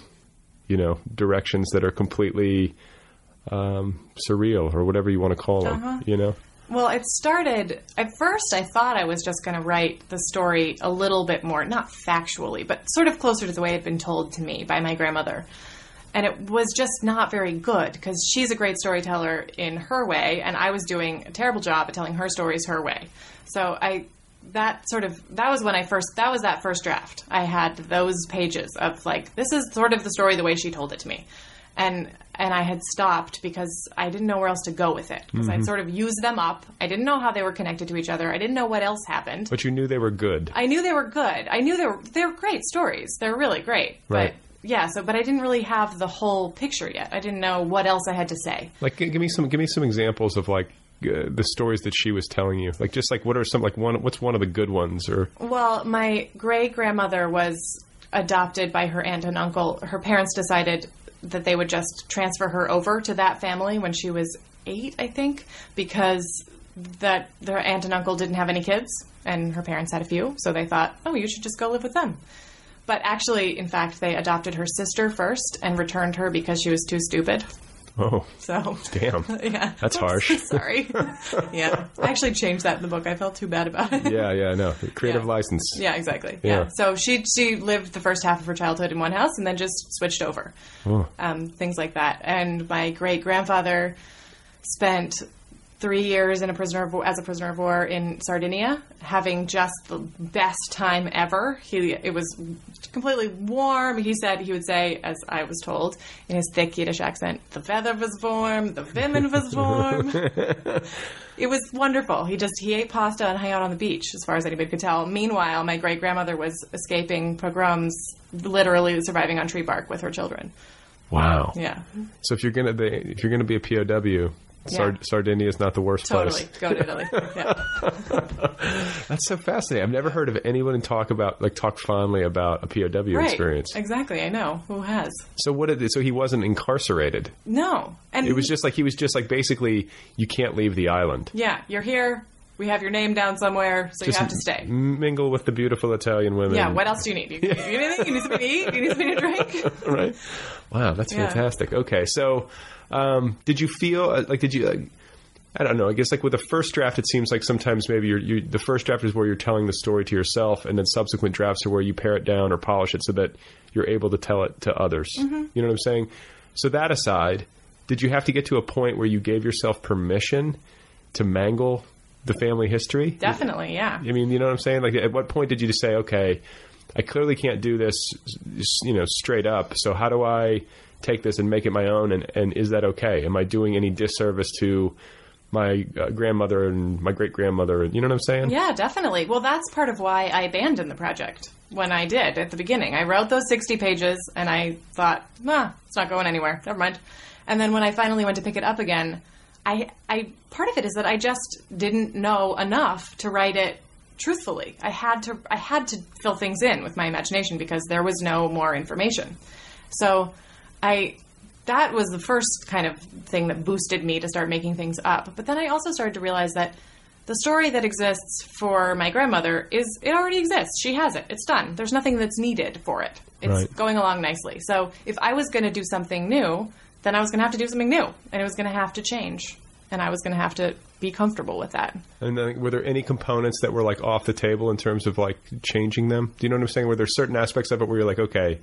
you know directions that are completely um, surreal or whatever you want to call them
Uh-huh.
you know
Well, it started. At first, I thought I was just going to write the story a little bit more, not factually, but sort of closer to the way it had been told to me by my grandmother. And it was just not very good because she's a great storyteller in her way, and I was doing a terrible job at telling her stories her way. So I. That sort of that was when I first that was that first draft. I had those pages of like this is sort of the story the way she told it to me and and I had stopped because I didn't know where else to go with it because I'd sort of used them up. I didn't know how they were connected to each other. I didn't know what else happened.
but you knew they were good
I knew they were good. I knew they were they were great stories. They're really great.
Right.
But yeah, so but I didn't really have the whole picture yet. I didn't know what else I had to say.
like g- give me some give me some examples of like uh, the stories that she was telling you
Oh.
like just like what are some like one what's one of the good ones or
Well, my great grandmother was adopted by her aunt and uncle, her parents decided that they would just transfer her over to that family when she was eight, I think, because that their aunt and uncle didn't have any kids and her parents had a few, so they thought, oh, you should just go live with them. But actually, in fact, they adopted her sister first and returned her because she was too stupid.
Oh,
So
damn.
<laughs> yeah, <laughs>
That's harsh. <laughs>
Sorry. yeah, I actually changed that in the book. I felt too bad about it.
Yeah, yeah, no. Creative
Yeah.
license.
Yeah, exactly.
Yeah.
Yeah. So she she lived the first half of her childhood in one house and then just switched over. Um, things like that. And my great grandfather spent three years in a prisoner of war, as a prisoner of war in Sardinia, having just the best time ever. He it was completely warm. He said he would say, as I was told in his thick Yiddish accent, the weather was warm, the women was warm. It was wonderful. He just he ate pasta and hung out on the beach, as far as anybody could tell. Meanwhile, my great grandmother was escaping pogroms, literally surviving on tree bark with her children.
Wow.
Yeah,
So if you're gonna be, if you're gonna be a POW, Sard-
Yeah.
Sardinia is not the worst
totally.
place.
Go to
<laughs>
Italy. Yeah.
That's so fascinating. I've never heard of anyone talk about like talk fondly about a POW
Right.
experience.
Exactly. I know who has
So what? Did, so he wasn't incarcerated.
no. And
It was just like he was just like basically you can't leave the island.
yeah. You're here. We have your name down somewhere, so
Just
you have to stay.
Mingle with the beautiful Italian women.
yeah. What else do you need? You, you need anything? You need something to eat? You need something to drink?
<laughs> right? Wow, that's
Yeah.
fantastic. Okay, so um, did you feel uh, like did you? Uh, I don't know. I guess like with the first draft, it seems like sometimes maybe you're, you the first draft is where you're telling the story to yourself, and then subsequent drafts are where you pare it down or polish it so that you're able to tell it to others.
Mm-hmm.
You know what I'm saying? So that aside, did you have to get to a point where you gave yourself permission to mangle the family history?
Definitely. Yeah.
I mean, you know what I'm saying? Like, at what point did you just say, okay, I clearly can't do this, s- you know, straight up. So how do I take this and make it my own? And, and is that okay? Am I doing any disservice to my uh, grandmother and my great grandmother? You know what I'm saying?
Yeah, definitely. Well, that's part of why I abandoned the project when I did at the beginning. I wrote those 60 pages and I thought, nah, it's not going anywhere. Never mind. And then when I finally went to pick it up again, I, I part of it is that I just didn't know enough to write it truthfully. I had to I had to fill things in with my imagination because there was no more information. So I that was the first kind of thing that boosted me to start making things up. But then I also started to realize that the story that exists for my grandmother is it already exists. She has it. It's done. There's nothing that's needed for it. It's
Right.
going along nicely. So if I was going to do something new, then I was going to have to do something new and it was going to have to change and I was going to have to be comfortable with that.
And then were there any components that were like off the table in terms of like changing them? Do you know what I'm saying? Were there certain aspects of it where you're like, okay,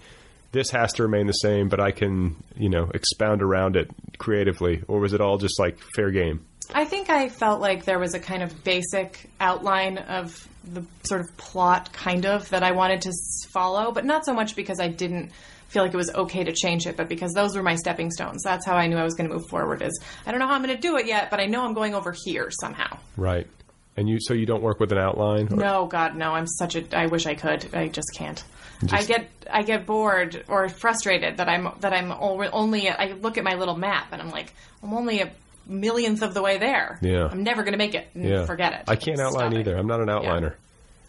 this has to remain the same, but I can, you know, expound around it creatively? Or was it all just like fair game?
I think I felt like there was a kind of basic outline of the sort of plot, kind of, that I wanted to s- follow, but not so much because I didn't feel like it was okay to change it, but because those were my stepping stones. That's how I knew I was going to move forward. Is I don't know how I'm going to do it yet, but I know I'm going over here somehow.
Right. And you so you don't work with an outline? Or-
No, God, no. I'm such a. I wish I could. I just can't. I get I get bored or frustrated that I'm that I'm al- only. I look at my little map and I'm like, I'm only a millionth of the way there.
Yeah.
I'm never gonna make it. N-
Yeah.
Forget it.
I can't outline
Stop it.
either. I'm not an outliner.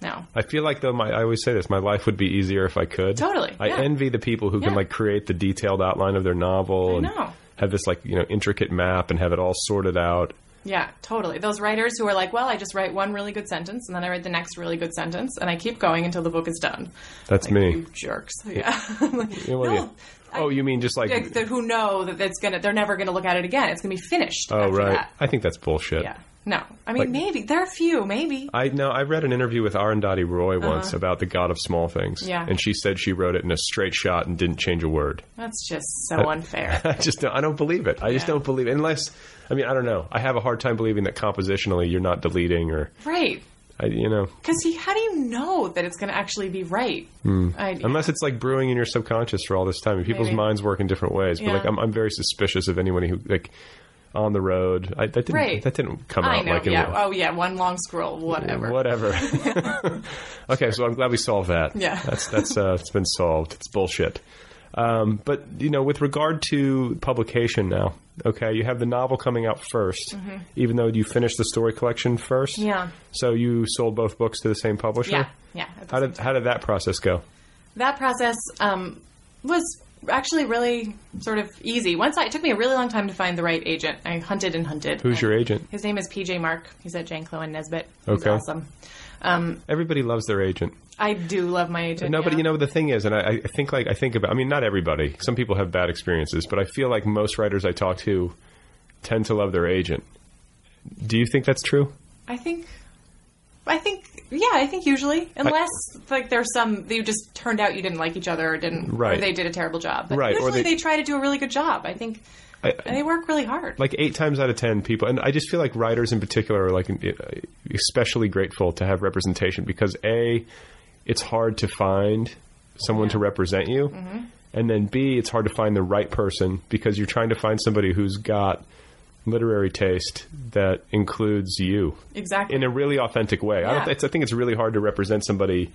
No.
I feel like though my I always say this, my life would be easier if I could.
Totally,
I
yeah.
envy the people who can
Yeah.
like create the detailed outline of their novel
I
and
know.
have this like, you know, intricate map and have it all sorted out.
Yeah, totally. Those writers who are like, well, I just write one really good sentence and then I write the next really good sentence and I keep going until the book is done.
That's
Like,
me.
You jerks. <laughs> Yeah. I'm like,
You know, what do you-
no,
oh, you mean just like
like, the- who know that it's gonna? They're never gonna look at it again. It's gonna be finished.
Oh
after
right.
That.
I think that's bullshit.
Yeah. No. I mean,
Like-
maybe. There are a few, maybe.
I no, I read an interview with Arundhati Roy once about the God of Small Things.
Uh-huh. Yeah.
And she said she wrote it in a straight shot and didn't change a word.
That's just so unfair. <laughs>
<laughs> I just don't, I don't believe it. I just
Yeah.
don't believe it. Unless I mean I don't know. I have a hard time believing that compositionally you're not deleting or
right.
I, you know
Because how do you know that it's going to actually be right? I,
Hmm. unless it's like brewing in your subconscious for all this time. And people's
Maybe.
minds work in different ways. But
Yeah.
like I'm, I'm very suspicious of anyone who like on the road. I, that didn't
Right.
that didn't come
I
out
know.
like in
yeah.
the-
Oh, yeah. One long scroll. Whatever. <laughs>
Whatever. <laughs> okay, so I'm glad we solved that.
Yeah.
that's that's uh, it's been solved. It's bullshit. Um, but you know, with regard to publication now, okay, you have the novel coming out 1st even though you finished the story collection first.
Mm-hmm. Yeah.
So you sold both books to the same publisher.
Yeah. Yeah. at the
How
same
did how did that process go?
that process um, was actually really sort of easy. Once I, it took me a really long time to find the right agent. I hunted and hunted.
Who's your agent?
His name is PJ Mark. He's at Jan Clowen Nesbitt. He's
Okay.
awesome. Um,
Everybody loves their agent.
I do love my agent.
No, but
yeah.
you know the thing is, and I, I think like I think about. I mean, not everybody. Some people have bad experiences, but I feel like most writers I talk to tend to love their agent. Do you think that's true?
I think. I think, yeah, I think usually, unless like there's some you just turned out you didn't like each other or didn't, or
Right.
they did a terrible job. But
Right, or
usually
they-
they try to do a really good job. I think
I,
and they work really hard.
like eight times out of ten people, and I just feel like writers in particular are like especially grateful to have representation because a, it's hard to find someone to represent you, and then b, it's hard to find the right person because you're trying to find somebody who's got literary taste that includes you
Exactly.
in a really authentic way. I,
Yeah.
don't, it's, I think it's really hard to represent somebody,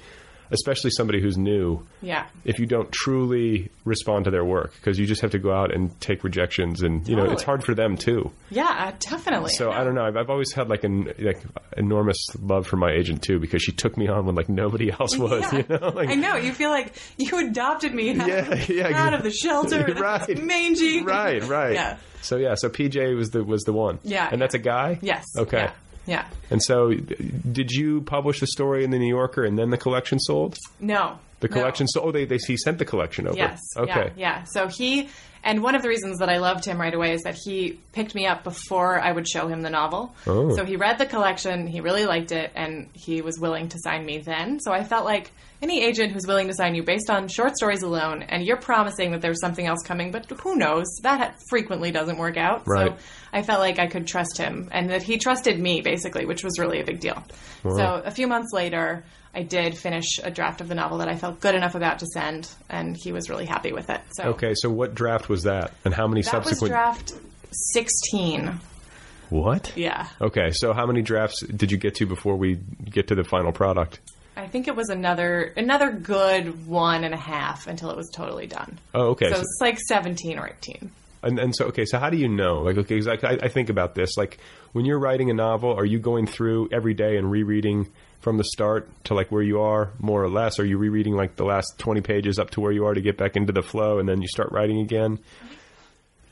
especially somebody who's new
yeah.
if you don't truly respond to their work because you just have to go out and take rejections and you know it's
Totally.
hard for them too
Yeah, uh, definitely.
so i don't know i've, I've always had like an like enormous love for my agent too because she took me on when like nobody else was
Yeah.
<laughs> you know like
I know. You feel like you adopted me out,
Yeah,
<laughs>
yeah,
out of the
<laughs>
shelter. and
Right.
it's Mangy.
right
<laughs>
right
Yeah.
so yeah so pj was the was the one
Yeah,
and that's a guy
Yes.
okay
Yeah. Yeah.
and so did you publish the story in the new yorker and then the collection sold
No.
the
No.
collection sold oh they, they he sent the collection over
Yes.
okay
Yeah, yeah. So he, and one of the reasons that I loved him right away is that he picked me up before I would show him the novel.
Oh.
So he read the collection, he really liked it, and he was willing to sign me then. So I felt like any agent who's willing to sign you based on short stories alone, and you're promising that there's something else coming, but who knows? That ha- frequently doesn't work out.
Right.
So I felt like I could trust him and that he trusted me, basically, which was really a big deal. So a few months later, I did finish a draft of the novel that I felt good enough about to send, and he was really happy with it. So
Okay, so what draft was that, and how many
that was
subsequent?
draft 16.
what?
Yeah.
Okay, so how many drafts did you get to before we get to the final product?
I think it was another another good one and a half until it was totally done.
Oh, okay.
So
So-
it's like 17 or 18.
And, and so, okay, so how do you know? Like, okay, 'cause, like, I, I think about this. Like, when you're writing a novel, are you going through every day and rereading from the start to like where you are, more or less? Are you rereading like the last 20 pages up to where you are to get back into the flow, and then you start writing again?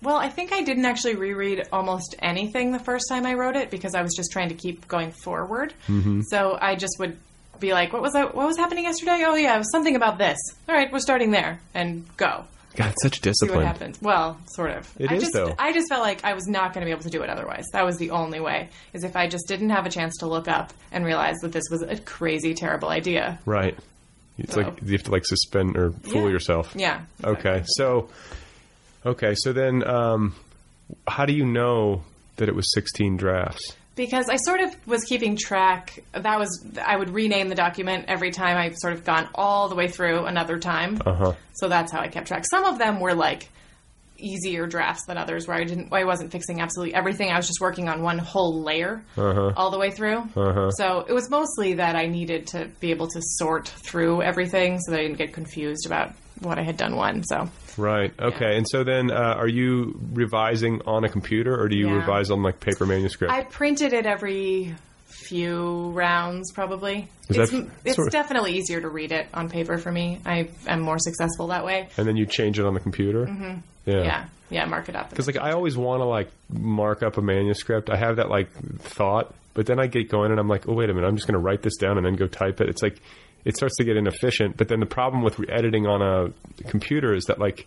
Well, I think I didn't actually reread almost anything the first time I wrote it because I was just trying to keep going forward.
Mm-hmm.
So I just would be like, "What was I? What was happening yesterday? Oh yeah, it was something about this. All right, we're starting there and go."
God, it's such
See what
discipline.
happens. Well, sort of.
It
I
is,
just,
though.
I just felt like I was not going to be able to do it otherwise. That was the only way. Is if I just didn't have a chance to look up and realize that this was a crazy, terrible idea.
Right. It's
So-
like you have to like suspend or fool
Yeah.
yourself.
Yeah, exactly.
Okay. So okay, so then um how do you know that it was 16 drafts?
because I sort of was keeping track. That was I would rename the document every time I sort of gone all the way through another time. So that's how I kept track. Some of them were like easier drafts than others, where I didn't, I wasn't fixing absolutely everything. I was just working on one whole layer all the way through. So it was mostly that I needed to be able to sort through everything, so that I didn't get confused about what I had done one. So
Right. Okay. And so then uh, are you revising on a computer or do you
Yeah.
revise on like paper manuscript?
I printed it every few rounds, probably.
Is
it's
that-
it's
sort of-
definitely easier to read it on paper for me. I am more successful that way.
and then you change it on the computer? Mm-hmm. Yeah.
Yeah, yeah, mark it up.
Cuz like I always want to like mark up a manuscript. I have that like thought, but then I get going and I'm like, "Oh, wait a minute. I'm just going to write this down and then go type it." It's like it starts to get inefficient, but then the problem with re- editing on a computer is that like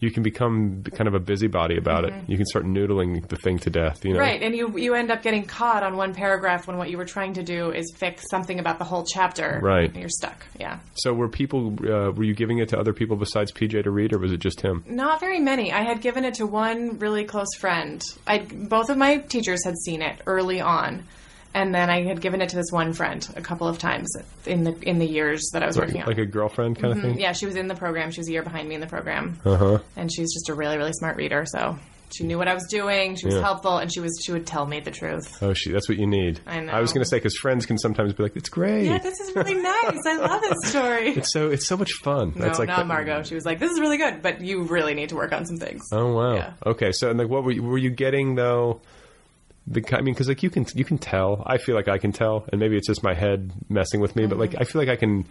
you can become kind of a busybody about it. You can start noodling the thing to death, you know.
Mm-hmm. Right, and you you end up getting caught on one paragraph when what you were trying to do is fix something about the whole chapter.
Right.
and you're stuck. Yeah,
So were people uh, were you giving it to other people besides PJ to read or was it just him?
not very many. I had given it to one really close friend. I both of my teachers had seen it early on. And then I had given it to this one friend a couple of times in the in the years that I was working on.
Like a girlfriend kind of thing?
Mm-hmm. Yeah, she was in the program. She was a year behind me in the program,
Uh-huh.
and she was just a really, really smart reader. So she knew what I was doing. She was
Yeah.
helpful, and she was she would tell me the truth.
Oh, she, that's what you need.
I know.
was going to say cuz friends can sometimes be like, "It's great."
Yeah, this is really nice. I love this <laughs> story.
it's so it's so much fun.
no,
that's like
not
the-
Margot. She was like, "This is really good, but you really need to work on some things."
Oh wow.
Yeah.
Okay. So and like, what were you, were you getting though? The ki- I mean, because like you can
Mm-hmm.
you can tell. I feel like I can tell, and maybe it's just my head messing with me, but like I feel like I can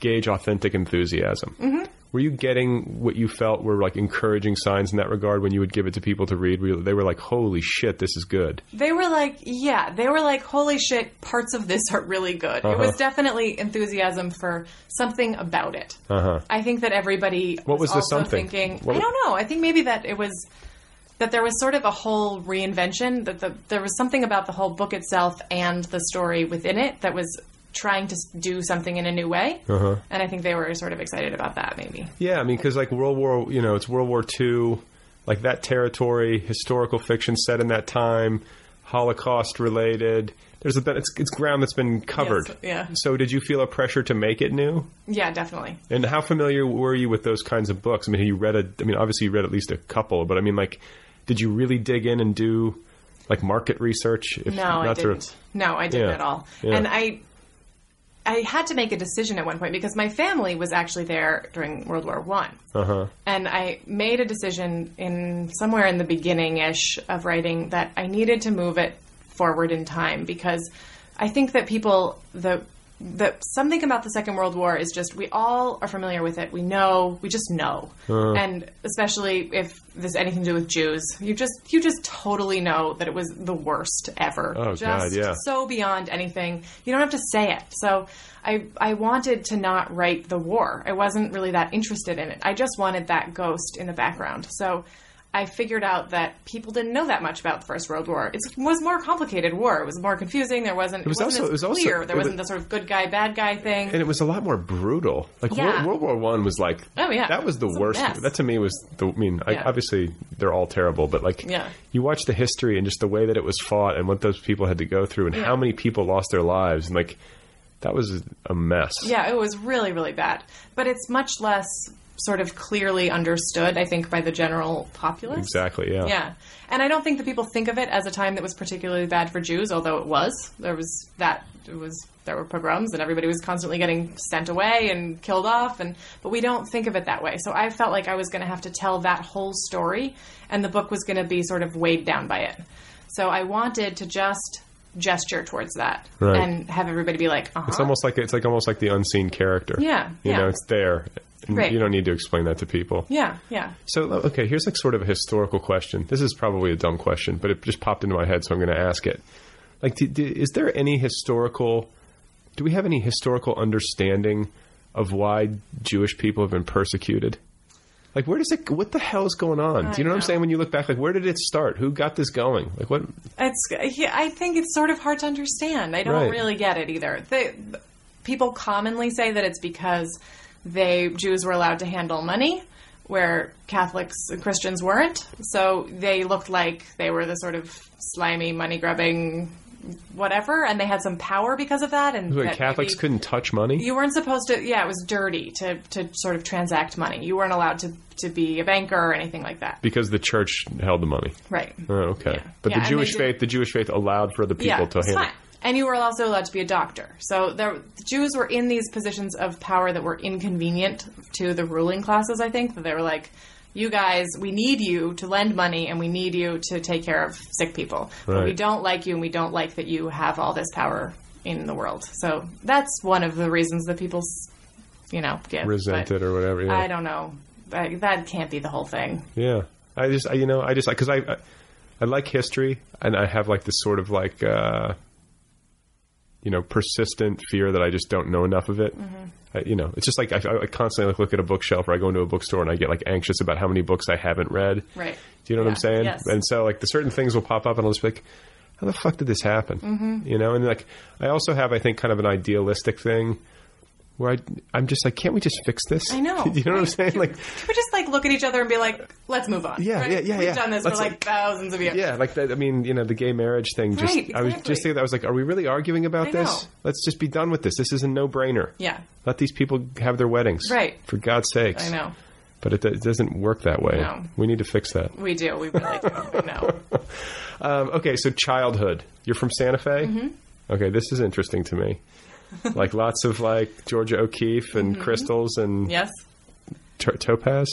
gauge authentic enthusiasm.
Mhm.
Were you getting what you felt were like encouraging signs in that regard when you would give it to people to read? Were you- They were like, "Holy shit, this is good."
They were like, yeah, they were like, holy shit, parts of this are really good. It
Uh-huh.
was definitely enthusiasm for something about it.
Uh huh.
I think that everybody
What was the
also
something?
thinking.
What
I
wa-
don't know. I think maybe that it was that there was sort of a whole reinvention that the, there was something about the whole book itself and the story within it that was trying to s- do something in a new way.
Uh huh.
And I think they were sort of excited about that, maybe.
Yeah, I mean, because like World War, you know, it's World War II, like that territory, historical fiction set in that time, Holocaust related. There's a bit, it's, it's ground that's been covered.
Yes, yeah.
So did you feel a pressure to make it new?
Yeah, definitely.
And how familiar were you with those kinds of books? I mean, you read a, I mean, obviously you read at least a couple, but I mean, like, did you really dig in and do like market research? If,
No, I
to-
didn't. No, I didn't
Yeah.
at all.
Yeah.
And I I had to make a decision at one point because my family was actually there during World War One.
Uh-huh.
And I made a decision in somewhere in the beginning ish of writing that I needed to move it forward in time because I think that people the the something about the Second World War is just we all are familiar with it. We know, we just know.
Uh.
And especially if there's anything to do with Jews, you just you just totally know that it was the worst ever.
Oh,
just
God, yeah.
so beyond anything. You don't have to say it. So I I wanted to not write the war. I wasn't really that interested in it. I just wanted that ghost in the background. So I figured out that people didn't know that much about the First World War. It was more complicated war. It was more confusing. There wasn't
It was
not
also-
as
it was also-
clear.
it
there
was-
wasn't the sort of good guy bad guy thing.
And it was a lot more brutal. Like
Yeah.
World, World War One was like,
Oh, yeah.
that was the
It's a
worst.
mess.
That to me was the. I mean, I,
Yeah.
obviously they're all terrible, but like,
Yeah.
you watch the history and just the way that it was fought and what those people had to go through and
Yeah.
how many people lost their lives and like, that was a mess.
Yeah, it was really, really bad. But it's much less sort of clearly understood, I think, by the general populace.
Exactly. Yeah.
Yeah. And I don't think that people think of it as a time that was particularly bad for Jews, although it was. There was that it was there were pogroms and everybody was constantly getting sent away and killed off and but we don't think of it that way. So I felt like I was going to have to tell that whole story and the book was going to be sort of weighed down by it. So I wanted to just gesture towards that
Right.
and have everybody be like, "Uh-huh."
It's almost like it's like almost like the unseen character.
Yeah,
You
yeah.
know, it's there. And
Right.
You don't need to explain that to people.
Yeah, yeah.
So okay, here's like sort of a historical question. This is probably a dumb question, but it just popped into my head, so I'm going to ask it. Like, do, do, is there any historical? Do we have any historical understanding of why Jewish people have been persecuted? Like, where does it? What the hell is going on?
I
do you know, what I'm
know.
saying? When you look back, like, where did it start? Who got this going? Like, what?
It's yeah, I think it's sort of hard to understand. I don't
Right.
really get it either. They, people commonly say that it's because they Jews were allowed to handle money where Catholics and Christians weren't. So they looked like they were the sort of slimy money grubbing whatever and they had some power because of that and
Wait,
that
Catholics
maybe-
couldn't touch money.
you weren't supposed to. Yeah, it was dirty to, to sort of transact money. You weren't allowed to, to be a banker or anything like that.
because the church held the money.
Right.
Oh, okay. But
Yeah, and they
the Jewish
did-
faith, the Jewish faith allowed for the people
yeah,
to
it's
handle.
fine. And you were also allowed to be a doctor. So there, the Jews were in these positions of power that were inconvenient to the ruling classes, I think. That they were like, you guys, we need you to lend money and we need you to take care of sick people. But we
Right.
don't like you and we don't like that you have all this power in the world. So that's one of the reasons that people, s- you know, give.
Resent
But
it or whatever, yeah.
I don't know. That, that can't be the whole thing.
Yeah, I just I, you know I just because I, I I like history and I have like this sort of like uh, you know persistent fear that I just don't know enough of it.
Mm-hmm.
I, you know, it's just like I, I constantly like look at a bookshelf or I go into a bookstore and I get like anxious about how many books I haven't read.
Right.
Do you know what
Yeah,
I'm saying?
yes.
And so like the certain things will pop up and I'll just be like, how the fuck did this happen?
Mhm.
You know, and like I also have I think kind of an idealistic thing. Where I, I'm just like, can't we just fix this?
I know.
<laughs> you know what I'm saying? Like,
We just like look at each other and be like, let's move on.
Yeah,
right?
yeah, yeah,
We've
yeah.
done this
Let's,
for like
like-
thousands of years.
Yeah, like that. I mean, you know, the gay marriage thing. Just
Right,
I was
exactly.
just thinking that I was like, are we really arguing about
I
this?
know.
Let's just be done with this. This is a no-brainer.
Yeah.
Let these people have their weddings.
Right.
For God's sakes.
I know.
But it, do- it doesn't work that way.
No.
We need to fix that.
We do. We really do.
<laughs>
No.
Um, okay, so childhood. You're from Santa Fe.
Mhm.
Okay, this is interesting to me. like lots of like Georgia O'Keeffe and
Mhm.
crystals and
Yes.
to- topaz.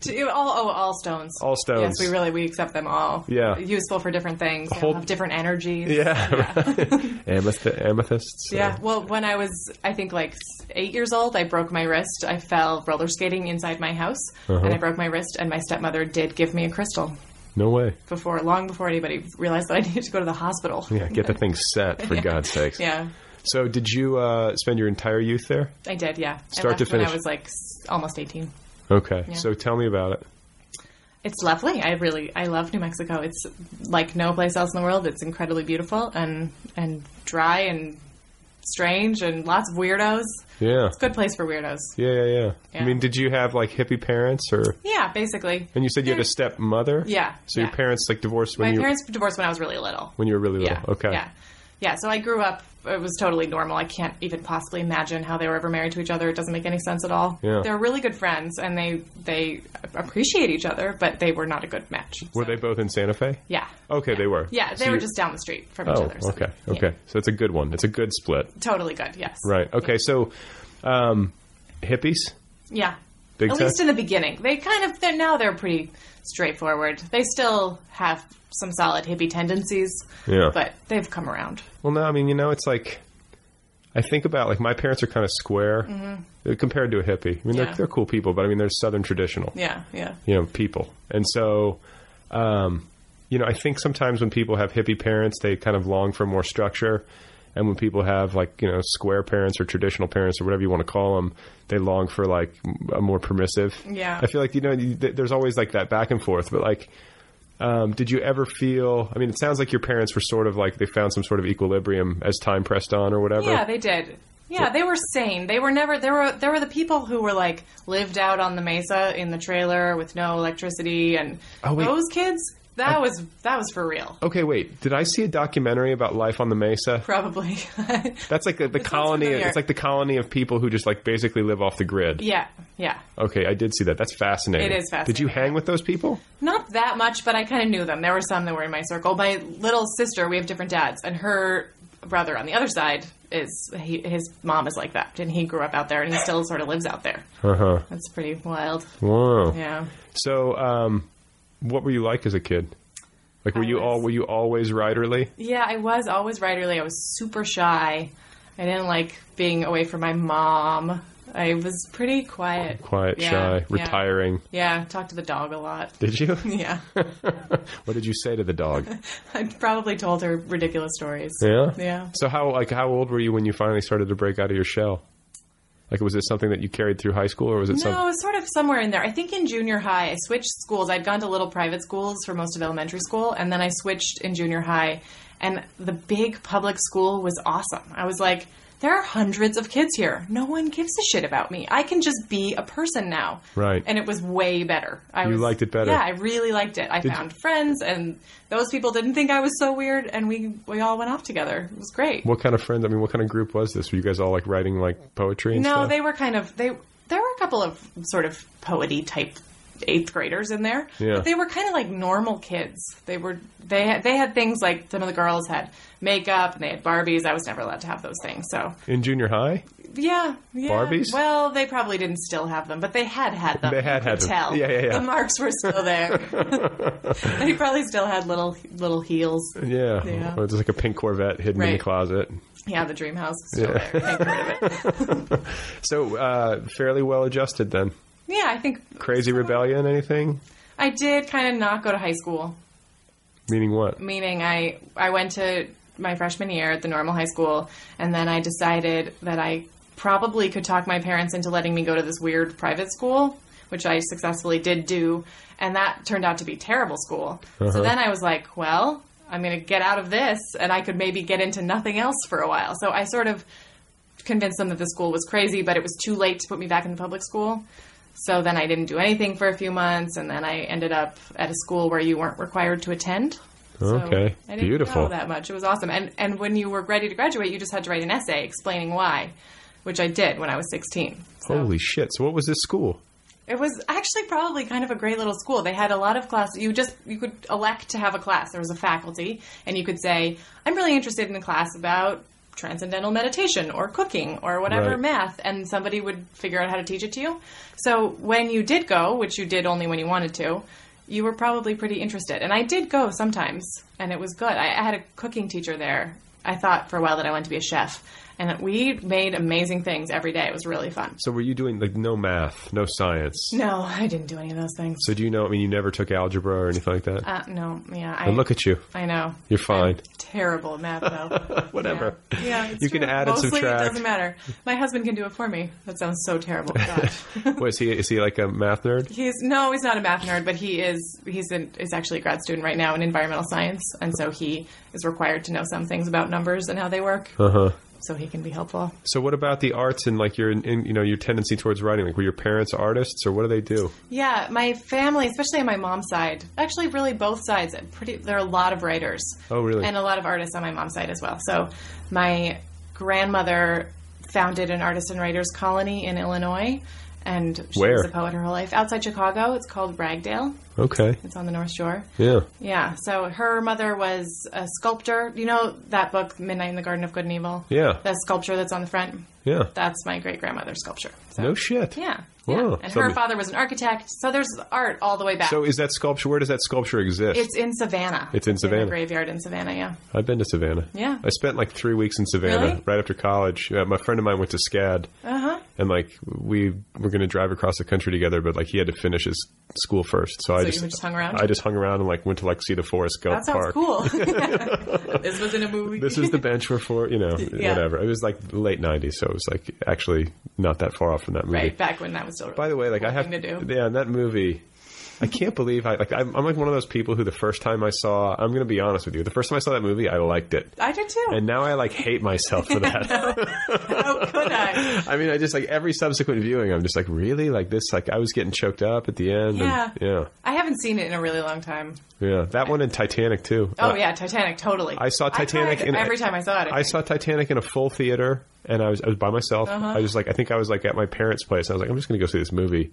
To- all, oh, all stones.
All stones.
Yes, we really we accept them all.
Yeah.
Useful for different things.
A whole-
Have different energies.
<laughs> Yeah.
<laughs>
Amethyst, amethysts. uh,
Yeah. Well, when I was, I think like s- eight years old, I broke my wrist. I fell roller skating inside my house,
Uh-huh.
and I broke my wrist. And my stepmother did give me a crystal
no way.
before, long before anybody realized that I <laughs> needed to go to the hospital.
Yeah, get the thing set for God's sakes.
<laughs> Yeah,
So, did you uh, spend your entire youth there?
I did. Yeah. I
Start
left
to
When
finish.
I was like s- almost eighteen.
Okay. So, tell me about it.
It's lovely. I really, I love New Mexico. It's like no place else in the world. It's incredibly beautiful and and dry and strange and lots of weirdos.
Yeah.
It's a good place for weirdos.
Yeah, yeah, yeah, I
Yeah.
mean, did you have like hippie parents or?
Yeah, basically.
And you said you had a stepmother.
Yeah,
So your
yeah.
parents like divorced when
My
you
parents divorced when I was really little.
when you were really little.
yeah.
Okay.
Yeah. Yeah. So I grew up. It was totally normal. I can't even possibly imagine how they were ever married to each other. It doesn't make any sense at all.
Yeah.
They're really good friends, and they they appreciate each other, but they were not a good match.
Were
So-
they both in Santa Fe?
Yeah.
Okay, they were.
Yeah. They
So
were
you-
just down the street from each
Oh,
other. so-
okay,
yeah.
okay. So it's a good one. It's a good split.
Totally good. Yes.
Right. Okay. So, um, hippies.
Yeah.
Big
At
time?
least in the beginning, they kind of they're now they're pretty straightforward. They still have some solid hippie tendencies.
Yeah.
But they've come around.
Well, no, I mean, you know, it's like I think about like my parents are kind of square They're compared to a hippie. I mean,
Mm-hmm. Yeah.
they're they're cool people, but I mean, they're Southern traditional,
Yeah. Yeah.
you know, people. And so, um, you know, I think sometimes when people have hippie parents, they kind of long for more structure. And when people have like you know square parents or traditional parents or whatever you want to call them, they long for like m- a more permissive.
Yeah.
I feel like you know you- th- there's always like that back and forth, but like um, did you ever feel? I mean, it sounds like your parents were sort of like they found some sort of equilibrium as time pressed on, or whatever.
Yeah, they did. Yeah, they were sane. They were never there were there were the people who were like lived out on the mesa in the trailer with no electricity and
Oh, wait.
those kids. That was that was for real.
okay, wait. Did I see a documentary about life on the Mesa?
Probably. <laughs>
That's like the, the
sounds
colony.
familiar.
It's like the colony of people who just like basically live off the grid.
yeah, yeah.
Okay, I did see that. That's fascinating.
It is
Did
fascinating.
you hang with those people?
Not that much, but I kind of knew them. There were some that were in my circle. My little sister, we have different dads, and her brother on the other side is he, his mom is like that, and he grew up out there, and he still sort of lives out there.
Uh huh.
That's pretty wild.
Whoa.
Yeah.
So, um, what were you like as a kid? Like, were
I
you all
was-
were you always riderly?
Yeah, I was always right early. I was super shy. I didn't like being away from my mom. I was pretty quiet.
Quiet,
Yeah,
shy,
yeah.
retiring.
Yeah, talked to the dog a lot. <laughs>
Did you?
Yeah.
what did you say to
<laughs>
the dog?
I probably told her ridiculous stories.
Yeah.
Yeah.
So how like how old were you when you finally started to break out of your shell? Like was this something that you carried through high school or was it
No, it
something
was sort of somewhere in there. I think in junior high, I switched schools. I'd gone to little private schools for most of elementary school, and then I switched in junior high. And the big public school was awesome. I was like, there are hundreds of kids here. No one gives a shit about me. I can just be a person now.
Right.
And it was way better. I
You
was,
liked it better.
Yeah, I really liked it. I found friends, and those people didn't think I was so weird, and we we all went off together. It was great.
what kind of friends? I mean, what kind of group was this? Were you guys all like writing like poetry and
No,
stuff?
they were kind of they. There were a couple of sort of poety type eighth graders in there.
Yeah.
But they were kind of like normal kids. They were they had they had things like some of the girls had makeup and they had Barbies. I was never allowed to have those things. So
in junior high.
yeah, yeah.
Barbies?
Well, they probably didn't still have them, but they had had them.
They had
You
had
could
them.
Tell.
Yeah, yeah, yeah.
The marks were still
<laughs>
there. they probably still had little little heels.
Yeah.
Yeah.
Or just like a pink Corvette hidden in the
Right.
closet.
Yeah, the dream house was still there. Thank God of it.
<laughs> So uh, fairly well adjusted then.
Yeah, I think
Crazy rebellion, anything?
I did kind of not go to high school.
Meaning what?
meaning I I went to my freshman year at the normal high school, and then I decided that I probably could talk my parents into letting me go to this weird private school, which I successfully did do, and that turned out to be terrible school. So then I was like, well, I'm going to get out of this, and I could maybe get into nothing else for a while. So I sort of convinced them that the school was crazy, but it was too late to put me back in the public school. So then I didn't do anything for a few months, and then I ended up at a school where you weren't required to attend. So
Okay.
I didn't
Beautiful.
know that much. It was awesome. And and when you were ready to graduate, you just had to write an essay explaining why, which I did when I was 16. So
Holy shit. So what was this school?
It was actually probably kind of a great little school. They had a lot of classes. You just you could elect to have a class. There was a faculty, and you could say, "I'm really interested in a class about transcendental meditation or cooking or whatever
Right.
math, and somebody would figure out how to teach it to you. So when you did go, which you did only when you wanted to, you were probably pretty interested. And I did go sometimes, and it was good. I, I had a cooking teacher there. I thought for a while that I wanted to be a chef, and we made amazing things every day. It was really fun.
So were you doing like no math, no science?
No, I didn't do any of those things.
So do you know? I mean, you never took algebra or anything like that.
Uh, no, yeah. I,
But look at you. <laughs>
I know.
You're fine.
<laughs> Terrible at math,
<laughs>
though.
Whatever.
Yeah, yeah it's
You can
true.
add and
Mostly
subtract.
It doesn't matter. My husband can do it for me. That sounds so
<laughs>
terrible. God.
What is he? Is he like a math nerd?
he's no, he's not a math nerd, but he is. He's an, is actually a grad student right now in environmental science, and so he is required to know some things about numbers and how they work,
Uh huh.
so he can be helpful.
So what about the arts and like your in, you know your tendency towards writing? Like were your parents artists or what do they do?
Yeah, my family, especially on my mom's side, actually, really both sides. Pretty, there are a lot of writers.
Oh, really?
And a lot of artists on my mom's side as well. So, my grandmother founded an artist and writers colony in Illinois, and she
Where?
was a poet her whole life. Outside Chicago, it's called Ragdale.
Okay.
It's on the North Shore.
Yeah.
Yeah. So her mother was a sculptor. You know that book, Midnight in the Garden of Good and Evil.
Yeah.
The sculpture that's on the front.
Yeah.
That's my great grandmother's sculpture. So.
No shit.
Yeah. yeah.
Wow.
And
So-
her father was an architect. So there's art all the way back.
So is that sculpture? Where does that sculpture exist?
it's in Savannah.
It's in
a
Savannah.
graveyard in Savannah, yeah.
I've been to Savannah.
Yeah.
I spent like three weeks in Savannah
Really?
right after college. Uh, my friend of mine went to SCAD.
Uh-huh.
And like we were going to drive across the country together, but like he had to finish his school first, so, I
you
just,
just hung around?
I just hung around and like went to like see the Forest
That
Gulf
sounds
Park.
cool. <laughs> this was in a movie.
<laughs> This is the bench for four, you know,
Yeah.
whatever. It was like late '90s, so it was like actually not that far off from that
<laughs>
movie.
right back when that was still.
By the way, like
cool
I have
thing to do.
yeah, in that movie, I can't believe I like I'm, I'm like one of those people who the first time I saw, I'm going to be honest with you, the first time I saw that movie, I liked it,
I did too.
and now I like hate
<laughs>
myself for that.
How could
<laughs>
I?
I mean, I just like every subsequent viewing, I'm just like, really, like this, like I was getting choked up at the end.
Yeah.
and, yeah,
I haven't seen it in a really long time.
yeah. That one and Titanic too.
Oh
Uh,
yeah, Titanic, totally.
I saw Titanic
cried
in-
every time I saw it.
I saw Titanic in a full theater, and I was I was by myself.
Uh-huh.
I was like, I think I was like at my parents' place. I was like, I'm just going to go see this movie,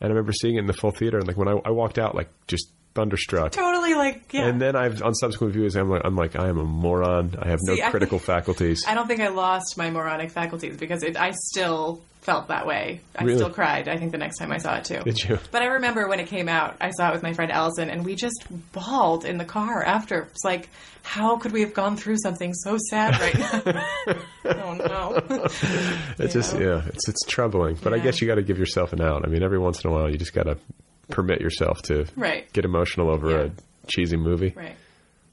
and I remember seeing it in the full theater, and like when I, I walked out, like just thunderstruck.
totally like yeah.
And then I've on subsequent views, I'm like, I'm like, I am a moron. I have no
See, I <laughs>
critical
think-
faculties.
I don't think I lost my moronic faculties because it, I still felt that way. I
Really?
still cried. I think the next time I saw it too.
<laughs> Did you?
But I remember when it came out, I saw it with my friend Allison, and we just bawled in the car after. It's like, how could we have gone through something so sad right now?
<laughs>
oh no.
It's just yeah, it's it's troubling. But I
Yeah.
guess you got to give yourself an out. I mean, every once in a while, you just got to permit yourself to
<laughs> Right.
get emotional over
Yeah.
a cheesy movie.
right.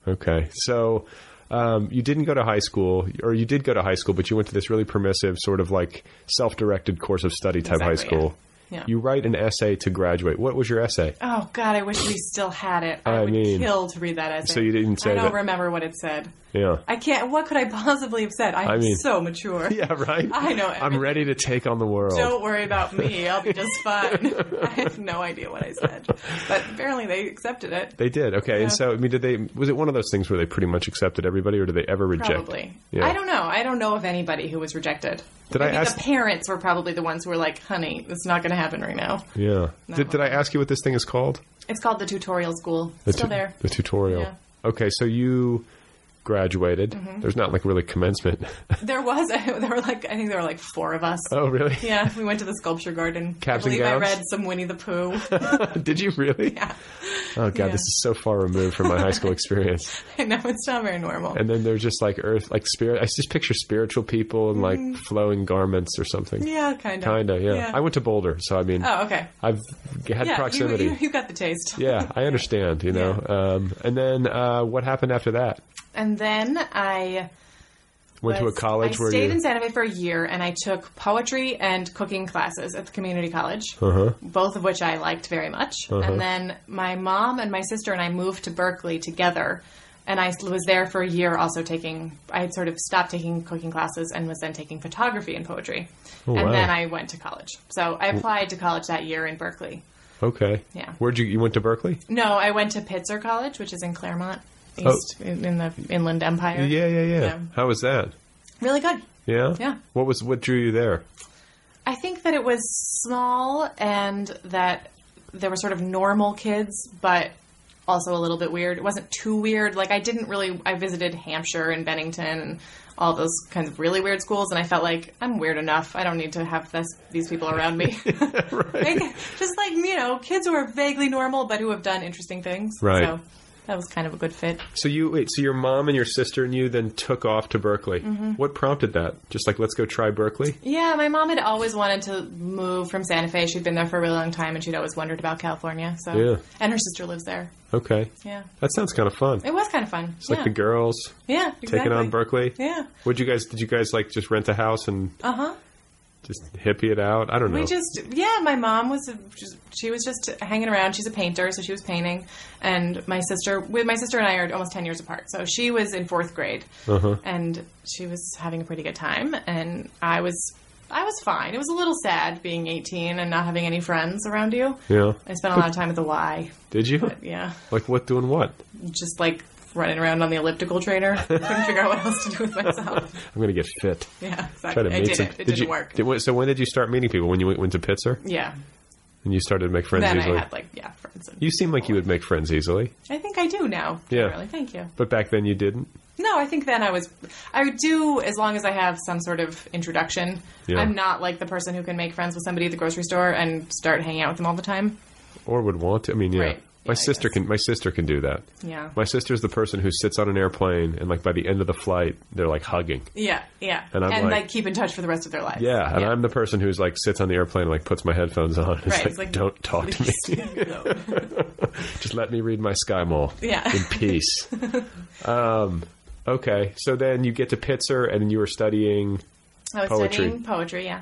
Okay, so um, you didn't go to high school, or you did go to high school, but you went to this really permissive, sort of like self-directed course of study type high
Exactly, yeah.
school.
Yeah.
You write an essay to graduate. What was your essay?
Oh God, I wish we still had it.
I
I, would
mean-
kill to read that essay.
So you didn't
I
save
don't
it.
remember what it said.
Yeah. <laughs>
I can't. What could I possibly have said? I'm
I mean-
so mature.
yeah, right.
I know
I'm
everything.
ready to take on the world.
Don't worry about me. I'll be
<laughs>
just fine. <laughs> I have no idea what I said, but apparently they accepted it.
They did. Okay.
Yeah.
And so, I mean, did they, was it one of those things where they pretty much accepted everybody or did they ever reject?
Probably.
Yeah.
I don't know. I don't know of anybody who was rejected.
Did I
Maybe
ask-
the parents were probably the ones who were like, "Honey, it's not going to happen right now."
Yeah. Did, did I ask you what this thing is called?
It's called the tutorial school.
The
Still
tu-
there.
The tutorial.
Yeah. Mm-hmm.
Okay. So you graduated. There's not like really commencement. <laughs>
There was. <laughs> there were like I think there were like four of us.
oh, really?
Yeah, we went to the sculpture garden.
Caps
I
and
believe I
gowns?
read some Winnie the Pooh.
<laughs> Did you really?
Yeah.
Oh, God.
Yeah.
This is so far removed from my high school experience.
<laughs> I know it's not very normal.
And then they're just like earth, like spirit. I just picture spiritual people in like flowing garments or something.
Mm-hmm. yeah, kind of.
Kind of, yeah. I went to Boulder. So, I mean,
Oh, okay.
I've had
Yeah, you,
proximity.
you, you got the taste.
Yeah, I understand. You know, um, and then uh, what happened after that?
And then I
Went
was-
to a college
I
where
stayed
you
in Santa Fe for a year, and I took poetry and cooking classes at the community college,
Uh-huh.
both of which I liked very much. And then my mom and my sister and I moved to Berkeley together. And I was there for a year, also taking. I had sort of stopped taking cooking classes and was then taking photography and poetry. and
Oh, wow.
then I went to college. So I applied to college that year in Berkeley.
okay.
Yeah.
Where'd you you went to Berkeley?
No, I went to Pitzer College, which is in Claremont, east in, in the Inland Empire.
Oh. Yeah, yeah, yeah.
Yeah.
How was that?
Really good.
Yeah.
Yeah.
What was what drew you there? <laughs>
I think that it was small and that there were sort of normal kids, but also a little bit weird. It wasn't too weird. Like I didn't really. I visited Hampshire and Bennington and all those kinds of really weird schools, and I felt like I'm weird enough. I don't need to have this these people around
<laughs>
me. <laughs> like, just like you know, kids who are vaguely normal but who have done interesting things.
Right.
So that was kind of a good fit.
So you wait. So your mom and your sister and you then took off to Berkeley. What prompted that? Just like let's go try Berkeley.
Mm-hmm. Yeah, my mom had always wanted to move from Santa Fe. She'd been there for a really long time, and she'd always wondered about California. So,
Yeah.
and her sister lives there.
Okay.
Yeah,
That sounds kind of fun.
it was kind of fun.
It's
yeah.
like the girls
yeah, exactly.
taking on Berkeley.
Yeah,
Would you guys? Did you guys like just rent a house and
uh huh.
just hippie it out? I don't know.
We just yeah, my mom was just, she was just hanging around. She's a painter, so she was painting, and my sister with my sister and I are almost ten years apart. So she was in fourth grade,
Uh-huh.
and she was having a pretty good time, and I was I was fine. It was a little sad being eighteen and not having any friends around you.
yeah.
I spent a lot of time at the Y.
Did you?
Yeah,
Like what? Doing what?
just like running around on the elliptical trainer,
<laughs>
couldn't figure out what else to do with myself.
I'm gonna get fit.
Yeah,
Try
exactly.
to
I
meet
did
some.
it. It
did
didn't
you,
work.
did- so when did you start meeting people? When you went, went to Pitzer
yeah.
and you started to make friends
Then
easily?
I had like yeah friends. And
you seem like you would make friends easily,
I think I do now.
Yeah.
Really. Thank you.
but back then you didn't.
No, I think then I was. I would do as long as I have some sort of introduction.
Yeah.
I'm not like the person who can make friends with somebody at the grocery store and start hanging out with them all the time.
or would want to. I mean, yeah.
Right. Yeah,
My
I
sister
guess.
can. My sister can do that.
Yeah.
My sister's the person who sits on an airplane and, like, by the end of the flight, they're like hugging.
Yeah, yeah.
And I'm like-
like, keep in touch for the rest of their lives.
Yeah, and I'm the person who's like sits on the airplane and like puts my headphones on. And is
Right,
like,
it's like, <laughs>
don't talk to me.
Please leave me
<laughs>
alone.
Just let me read my Sky Mall
<laughs> Yeah.
in
<laughs>
peace. um, okay, so then you get to Pitzer and you were studying.
I was
Poetry.
studying poetry. Yeah.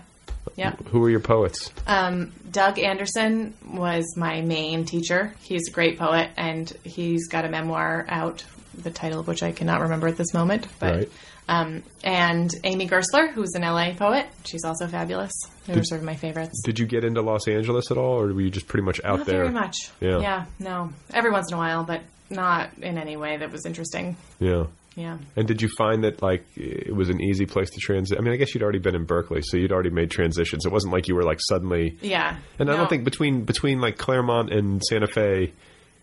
Yeah.
Who were your poets?
Um, Doug Anderson was my main teacher. He's a great poet, and he's got a memoir out, the title of which I cannot remember at this moment. But
Right.
um, and Amy Gersler, who's an LA poet, she's also fabulous. They were sort of my favorites.
Did you get into Los Angeles at all, or were you just pretty much out
Not
there?
very much.
Yeah.
no. Every once in a while, but not in any way that was interesting.
Yeah.
Yeah.
And did you find that like it was an easy place to transit? I mean, I guess you'd already been in Berkeley, so you'd already made transitions. It wasn't like you were like suddenly.
Yeah.
And I
No.
don't think between between like Claremont and Santa Fe,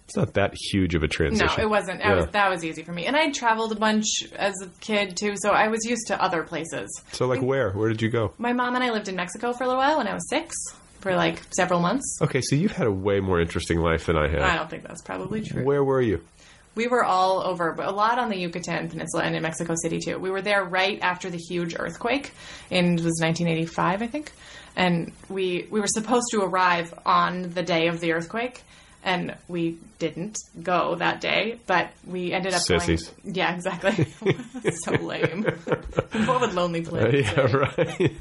it's not that huge of a transition.
No, it wasn't. I
Yeah.
was, that was easy for me. And I traveled a bunch as a kid, too, so I was used to other places.
So like where? Where did you go?
My mom and I lived in Mexico for a little while when I was six, for like several months.
Okay, so you've had a way more interesting life than I have.
I don't think that's probably true.
Where
<laughs>
were you?
We were all over, but a lot on the Yucatan Peninsula and in Mexico City too. We were there right after the huge earthquake in it was 1985, I think, and we we were supposed to arrive on the day of the earthquake, and we didn't go that day. But we ended up
Sissies.
going. Yeah, exactly. <laughs> so lame. <laughs> what would Lonely Planet? do?
<laughs> yeah, right.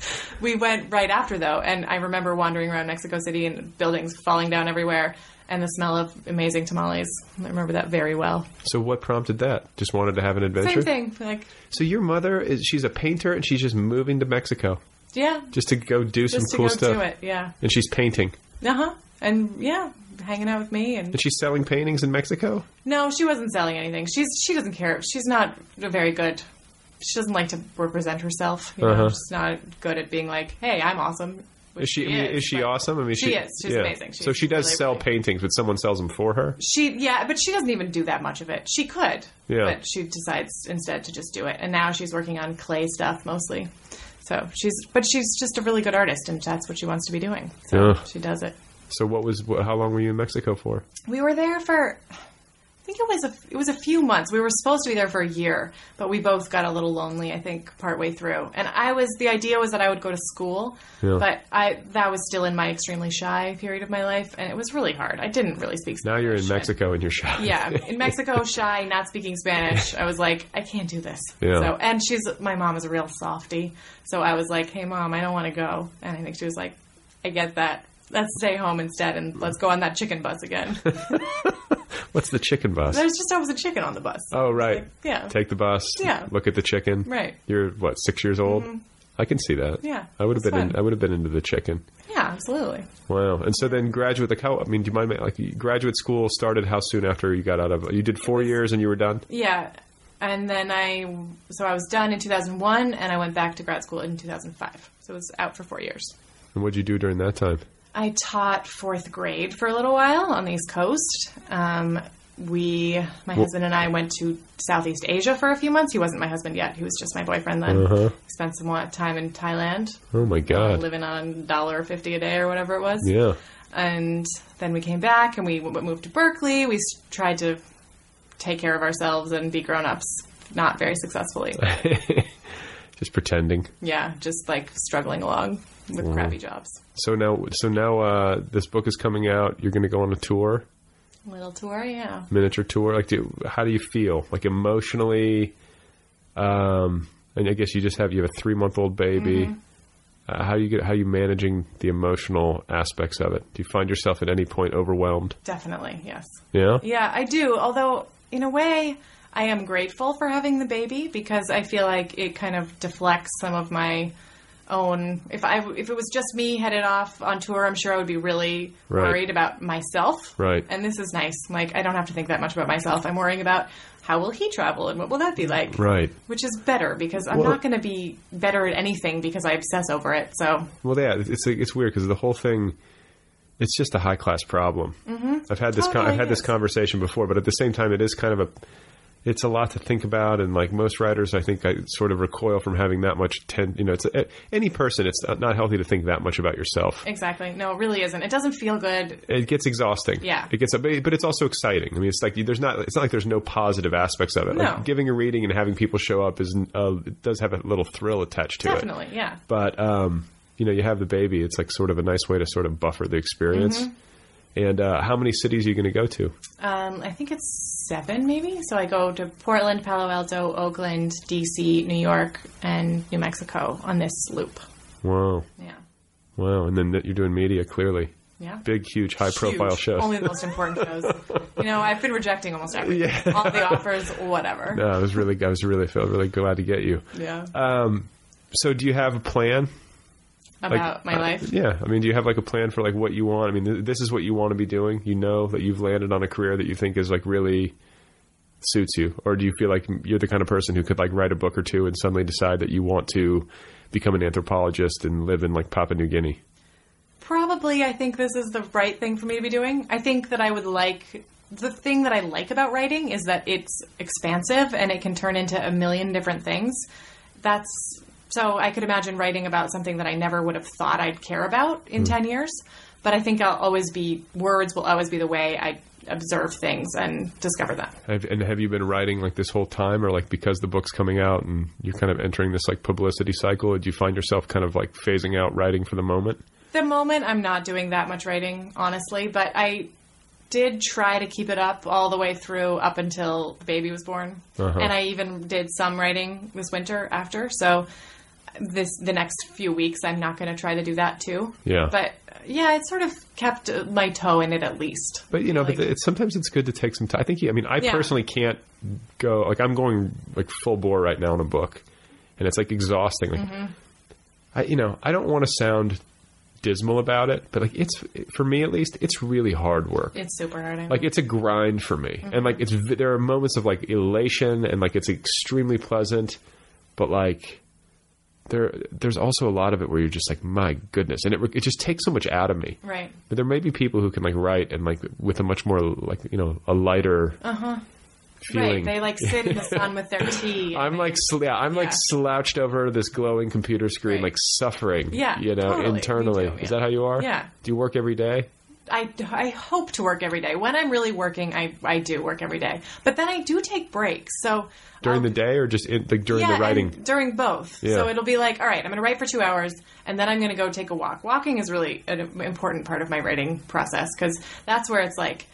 We went right after though, and I remember wandering around Mexico City and buildings falling down everywhere, and the smell of amazing tamales. I remember that very well.
so what prompted that? Just wanted to have an adventure.
Same thing, like
So your mother is she's a painter and she's just moving to Mexico
yeah,
just to go do some
just to
cool
go
stuff.
do it, yeah,
And she's painting.
uh huh, and yeah, hanging out with me and
And she's selling paintings in Mexico?
no, she wasn't selling anything. She's she doesn't care. She's not very good. She doesn't like to represent herself. You
Uh-huh.
know? She's not good at being like, hey, I'm awesome. Which
Is she, I mean, is she
but-
awesome? I mean,
She is. She's amazing.
so
She's
she does
really,
sell
really-
paintings, but someone sells them for her.
She yeah, but she doesn't even do that much of it. She could,
Yeah.
but she decides instead to just do it. And now she's working on clay stuff mostly. So she's but she's just a really good artist, and that's what she wants to be doing. So
Yeah.
she does it.
So what was wh- how long were you in Mexico for?
We were there for I think it was a it was a few months. We were supposed to be there for a year, but we both got a little lonely. I think partway through, and I was the idea was that I would go to school,
Yeah.
but I that was still in my extremely shy period of my life, and it was really hard. I didn't really speak.
Now you're in
Spanish, and-
Mexico and you're shy.
yeah, I'm in Mexico, shy, not speaking Spanish. I was like, I can't do this.
Yeah.
So, and she's my mom is a real softy, so I was like, Hey, mom, I don't want to go. And I think she was like, I get that. Let's stay home instead, and let's go on that chicken bus again.
<laughs> What's the chicken bus?
There's just always a chicken on the bus.
Oh right.
Yeah.
Take the bus.
Yeah.
Look at the chicken.
Right. Mm-hmm.
You're what, six years old? I can see that.
Yeah,
I would have
it's
been in,
fun.
I would have been into the chicken.
Yeah, absolutely.
Wow. And so then graduate like how I mean, do you mind ma- like graduate school started how soon after you got out of you did four years and you were done?
Yeah. And then I, so I was done in 2001, and I went back to grad school in 2005. So I was out for four years.
And what'd you do during that time?
I taught fourth grade for a little while on the East Coast, um, we, my husband and I, went to Southeast Asia for a few months. He wasn't my husband yet; he was just my boyfriend then.
Uh-huh.
Spent some wa- time in Thailand,
Oh my
uh,
god.
living on dollar fifty a day or whatever it was.
Yeah. <laughs>
And then we came back and we w- moved to Berkeley. We s- tried to take care of ourselves and be grown ups, not very successfully.
Just pretending.
yeah, just like struggling along with crappy jobs.
So now, so now uh, this book is coming out. You're going to go on a tour,
Little tour, yeah.
miniature tour. Like, do, how do you feel? Like emotionally, um, and I guess you just have you have a three month old baby. Uh, how you get? How you managing the emotional aspects of it? Do you find yourself at any point overwhelmed?
Definitely, yes.
Yeah.
Yeah, I do. Although, in a way, I am grateful for having the baby because I feel like it kind of deflects some of my own. If I if it was just me headed off on tour, I'm sure I would be really
Right.
worried about myself.
Right.
And this is nice. Like I don't have to think that much about myself. I'm worrying about how will he travel and what will that be like.
Right.
Which is better because I'm
Well-
not going to be better at anything because I obsess over it. So
Well, yeah, it's it's, it's weird because the whole thing, it's just a high class problem. Mm-hmm. I've had this con-
Totally
I've had this
is.
conversation before, but at the same time, it is kind of a it's a lot to think about, and like most writers, I think I sort of recoil from having that much. Ten, you know, it's a, any person, it's not healthy to think that much about yourself.
exactly. No, it really isn't. It doesn't feel good
It gets exhausting.
Yeah.
it gets, but it's also exciting. I mean, it's like there's not. It's not like there's no positive aspects of it.
No.
Like giving a reading and having people show up is uh, it does have a little thrill attached to it
Definitely, yeah.
but um, you know, you have the baby. It's like sort of a nice way to sort of buffer the experience.
Mm-hmm.
And uh, how many cities are you going to go to?
Um, I think it's seven, maybe. So I go to Portland, Palo Alto, Oakland, DC, New York, and New Mexico on this loop.
Wow,
Yeah,
wow! And then that you're doing media clearly,
yeah.
big, huge, high-profile
Huge.
shows.
Only the most important shows. you know, I've been rejecting almost everything.
<laughs>
All the offers, whatever.
no, I was really, I was really, felt really glad to get you.
Yeah.
So, do you have a plan? Like,
About my
uh,
life.
yeah. I mean, do you have like a plan for like what you want? I mean, th- this is what you want to be doing. You know that you've landed on a career that you think is like really suits you, or do you feel like you're the kind of person who could like write a book or two and suddenly decide that you want to become an anthropologist and live in like Papua New Guinea?
Probably, I think this is the right thing for me to be doing. I think that I would like. The thing that I like about writing is that it's expansive and it can turn into a million different things. That's. So I could imagine writing about something that I never would have thought I'd care about in 10 years. But I think I'll always be. Words will always be the way I observe things and discover them.
Have, and have you been writing like this whole time, or like because the book's coming out and you're kind of entering this like publicity cycle? Or do you find yourself kind of like phasing out writing for the moment?
the moment I'm not doing that much writing, honestly, but I did try to keep it up all the way through up until the baby was born.
Uh-huh.
And I even did some writing this winter after. So this the next few weeks I'm not going to try to do that too.
Yeah.
But uh, yeah, it sort of kept uh, my toe in it at least.
But you know,
Like-
but it's, sometimes it's good to take some time. I think. I mean, I
Yeah.
personally can't go. Like, I'm going like full bore right now on a book, and it's like exhausting. Like,
Mm-hmm.
I you know, I don't want to sound dismal about it, but like it's for me at least, it's really hard work.
It's super hard. I know.
like it's a grind for me, and
Mm-hmm.
like it's v- there are moments of like elation, and like it's extremely pleasant, but like. There, there's also a lot of it where you're just like, my goodness, and it, re- it just takes so much out of me.
right.
But there may be people who can like write and like with a much more like you know a lighter feeling.
Uh-huh. Right. They like sit in the sun with their tea. and
<laughs> I'm
they
like
just-
sl- yeah, I'm like
Yeah.
slouched over this glowing computer screen,
Right.
like suffering.
Yeah,
you know,
totally. Me
internally.
too,
Is
yeah.
that how you are?
Yeah.
Do you work every day?
I, I hope to work every day. When I'm really working, I, I do work every day. But then I do take breaks. So
During
I'll-
the day or just in, like during
Oh. yeah,
the writing?
and during both.
Yeah.
So it'll be like, all right, I'm going to write for two hours, and then I'm going to go take a walk. Walking is really an important part of my writing process because that's where it's like,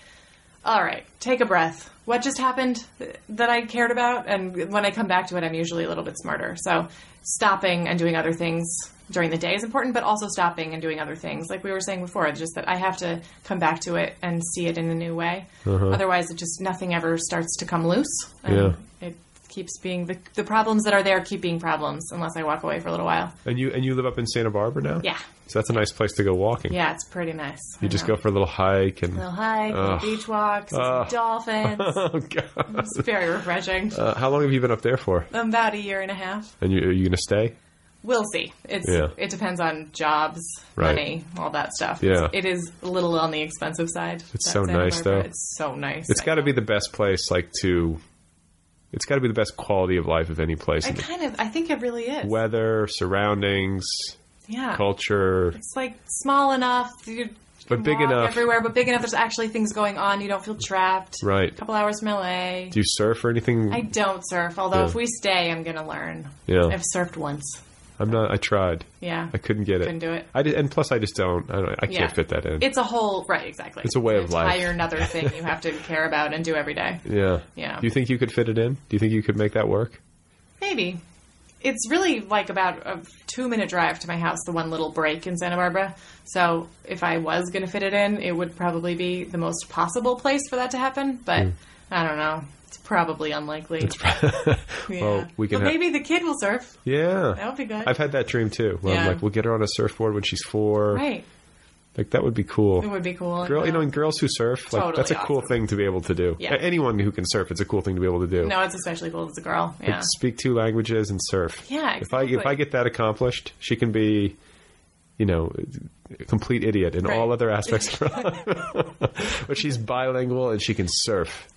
all right, take a breath. What just happened th- that I cared about? And when I come back to it, I'm usually a little bit smarter. So stopping and doing other things during the day is important, but also stopping and doing other things. Like we were saying before, it's just that I have to come back to it and see it in a new way.
Uh-huh.
Otherwise, it just nothing ever starts to come loose. And
Yeah.
It keeps being the, the problems that are there keep being problems unless I walk away for a little while.
and you and you live up in Santa Barbara now?
Yeah.
So that's a nice place to go walking.
Yeah, it's pretty nice.
You just go for a little hike and.
little hike, little
Ugh.
beach walks,
Ugh.
dolphins.
<laughs> Oh God!
Mm-hmm. it's very refreshing.
<laughs> Uh, how long have you been up there for?
About a year and a half.
And you, are you going to stay?
We'll see. It's
Yeah.
it depends on jobs,
Right.
money, all that stuff.
Yeah.
It's- it is a little on the expensive side.
It's
that
so
Santa
nice,
Barbara.
though.
It's so nice.
It's got to be the best place, like to. It's got to be the best quality of life of any place.
I
in the
kind of I think it really is.
weather, surroundings,
yeah.
culture,
Uh, It's like small enough, you
But big
walk
enough.
everywhere, but big enough. There's actually things going on. You don't feel trapped.
right?
A couple hours from LA.
Do you surf or anything?
I don't surf, although
Yeah.
if we stay, I'm gonna learn.
Yeah.
I've surfed once.
I'm not. I tried.
Yeah.
I couldn't get it.
Couldn't do it.
I did, and plus, I just don't. I don't. I
Yeah.
can't fit that in.
It's a whole right, exactly.
It's a way
An
of life.
Entire another thing you
<laughs>
have to care about and do every day.
yeah.
Yeah.
Do you think you could fit it in? Do you think you could make that work?
Maybe. It's really like about a two minute drive to my house, the one little break in Santa Barbara. So if I was going to fit it in, it would probably be the most possible place for that to happen. But
Hmm.
I don't know. It's probably unlikely. yeah.
well, we can
but
ha-
maybe the kid will surf.
Yeah.
That would be good.
I've had that dream too. Where I'm
Yeah.
like, we'll get her on a surfboard when she's four.
Right.
Like that would be cool.
It would be cool.
Girl, you know, and girls who surf, like
Totally
that's a cool
awesome.
thing to be able to do.
Yeah.
A- Anyone who can surf, it's a cool thing to be able to do.
no, it's especially cool as a girl.
Like,
Yeah.
speak two languages and surf.
Yeah,
If I if I
exactly.
get that accomplished, she can be, you know, a complete idiot in
Right.
all other aspects of
<laughs>
her life. <laughs> but she's bilingual and she can surf.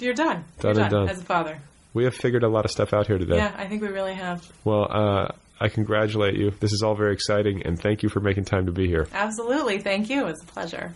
You're done.
Done
You're
and done.
as a father.
We have figured a lot of stuff out here today.
Yeah, I think we really have.
Well, uh, I congratulate you. This is all very exciting, and thank you for making time to be here.
Absolutely. Thank you. It's a pleasure.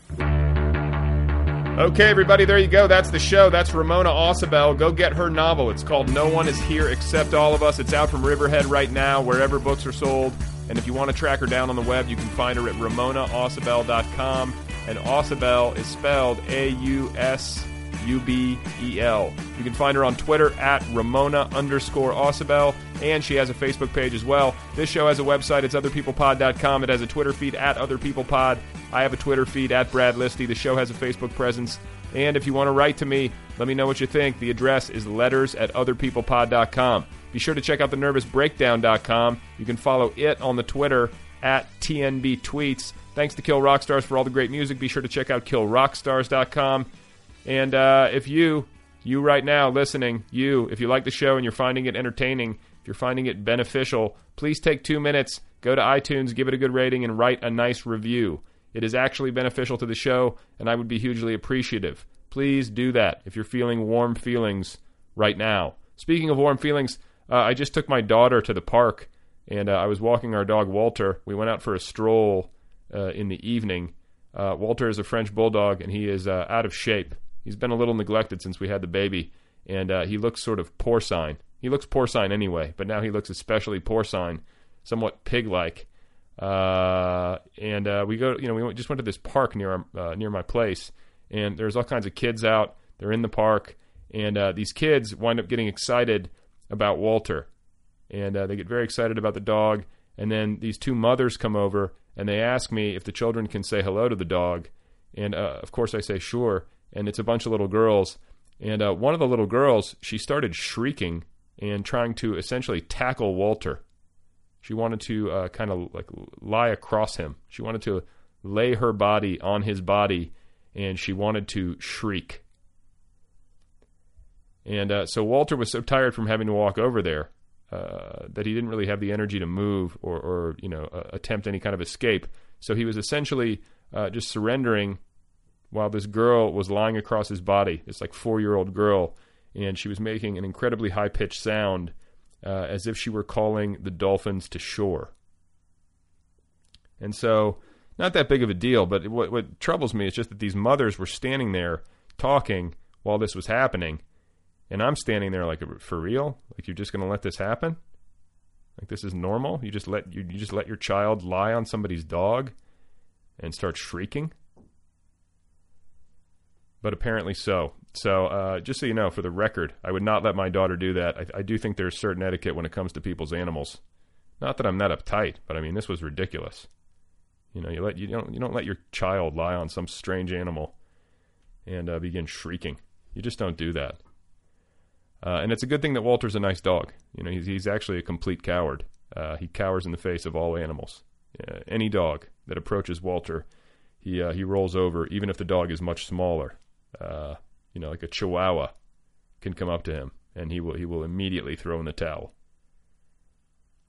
Okay, everybody, there you go. That's the show. That's Ramona Ossabell. Go get her novel. It's called No One Is Here Except All of Us. It's out from Riverhead right now, wherever books are sold. And if you want to track her down on the web, you can find her at ramonaossabell.com. And Ossabell is spelled A U S U B E L. You can find her on Twitter at Ramona underscore Ossabell, and she has a Facebook page as well. This show has a website, it's otherpeoplepod.com. It has a Twitter feed at otherpeoplepod. I have a Twitter feed at Brad Listy. The show has a Facebook presence. And if you want to write to me, let me know what you think. The address is letters at otherpeoplepod.com. Be sure to check out the nervousbreakdown.com. You can follow it on the Twitter at TNB Tweets. Thanks to Kill Rockstars for all the great music. Be sure to check out killrockstars.com. And uh, if you, you right now listening, you, if you like the show and you're finding it entertaining, if you're finding it beneficial, please take two minutes, go to iTunes, give it a good rating, and write a nice review. It is actually beneficial to the show, and I would be hugely appreciative. Please do that if you're feeling warm feelings right now. Speaking of warm feelings, uh, I just took my daughter to the park, and uh, I was walking our dog Walter. We went out for a stroll uh, in the evening. Uh, Walter is a French bulldog, and he is uh, out of shape. He's been a little neglected since we had the baby, and uh, he looks sort of porcine. He looks porcine anyway, but now he looks especially porcine, somewhat pig-like. Uh, and uh, we go, you know, we went, just went to this park near our, uh, near my place, and there's all kinds of kids out. They're in the park, and uh, these kids wind up getting excited about Walter and uh, they get very excited about the dog. And then these two mothers come over and they ask me if the children can say hello to the dog. And uh, of course, I say sure. And it's a bunch of little girls. And uh, one of the little girls, she started shrieking and trying to essentially tackle Walter. She wanted to uh, kind of like lie across him. She wanted to lay her body on his body, and she wanted to shriek. And uh, so Walter was so tired from having to walk over there uh, that he didn't really have the energy to move or, or you know, uh, attempt any kind of escape. So he was essentially uh, just surrendering while this girl was lying across his body, this like four year old girl, and she was making an incredibly high pitched sound uh, as if she were calling the dolphins to shore. And so, not that big of a deal, but what, what troubles me is just that these mothers were standing there talking while this was happening, and I'm standing there like, for real? Like you're just going to let this happen? Like this is normal? You just let you, you just let your child lie on somebody's dog and start shrieking? but apparently so. So, uh, just so you know, for the record, I would not let my daughter do that. I, I do think there's certain etiquette when it comes to people's animals. Not that I'm that uptight, but I mean, this was ridiculous. You know, you let you don't you don't let your child lie on some strange animal and uh, begin shrieking. You just don't do that. Uh, and it's a good thing that Walter's a nice dog. You know, he's he's actually a complete coward. Uh, he cowers in the face of all animals. Uh, any dog that approaches Walter, he uh, he rolls over, even if the dog is much smaller uh, you know, like a chihuahua can come up to him and he will he will immediately throw in the towel.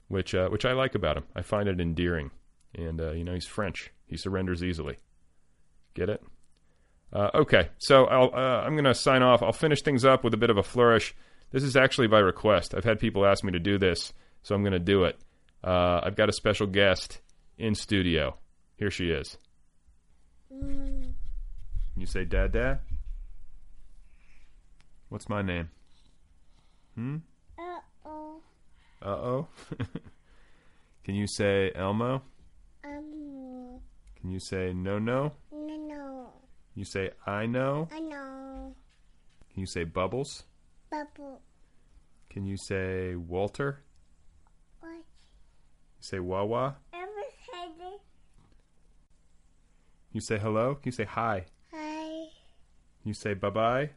which uh, which I like about him. I find it endearing, and uh, you know he's French. He surrenders easily. Get it? Uh, okay, so I'll, uh, I'm going to sign off. I'll finish things up with a bit of a flourish. This is actually by request. I've had people ask me to do this, so I'm going to do it. Uh, I've got a special guest in studio. Here she is. You say dad, dad. What's my name? Hmm.
Uh-oh.
Uh oh. <laughs> Can you say Elmo?
Um,
Can you say no no?
no, no.
You say I know.
I know.
Can you say bubbles?
Bubble.
Can you say Walter?
What?
You say Wawa?
Ever said it?
You say hello? Can you say hi?
Hi.
Can you say bye bye?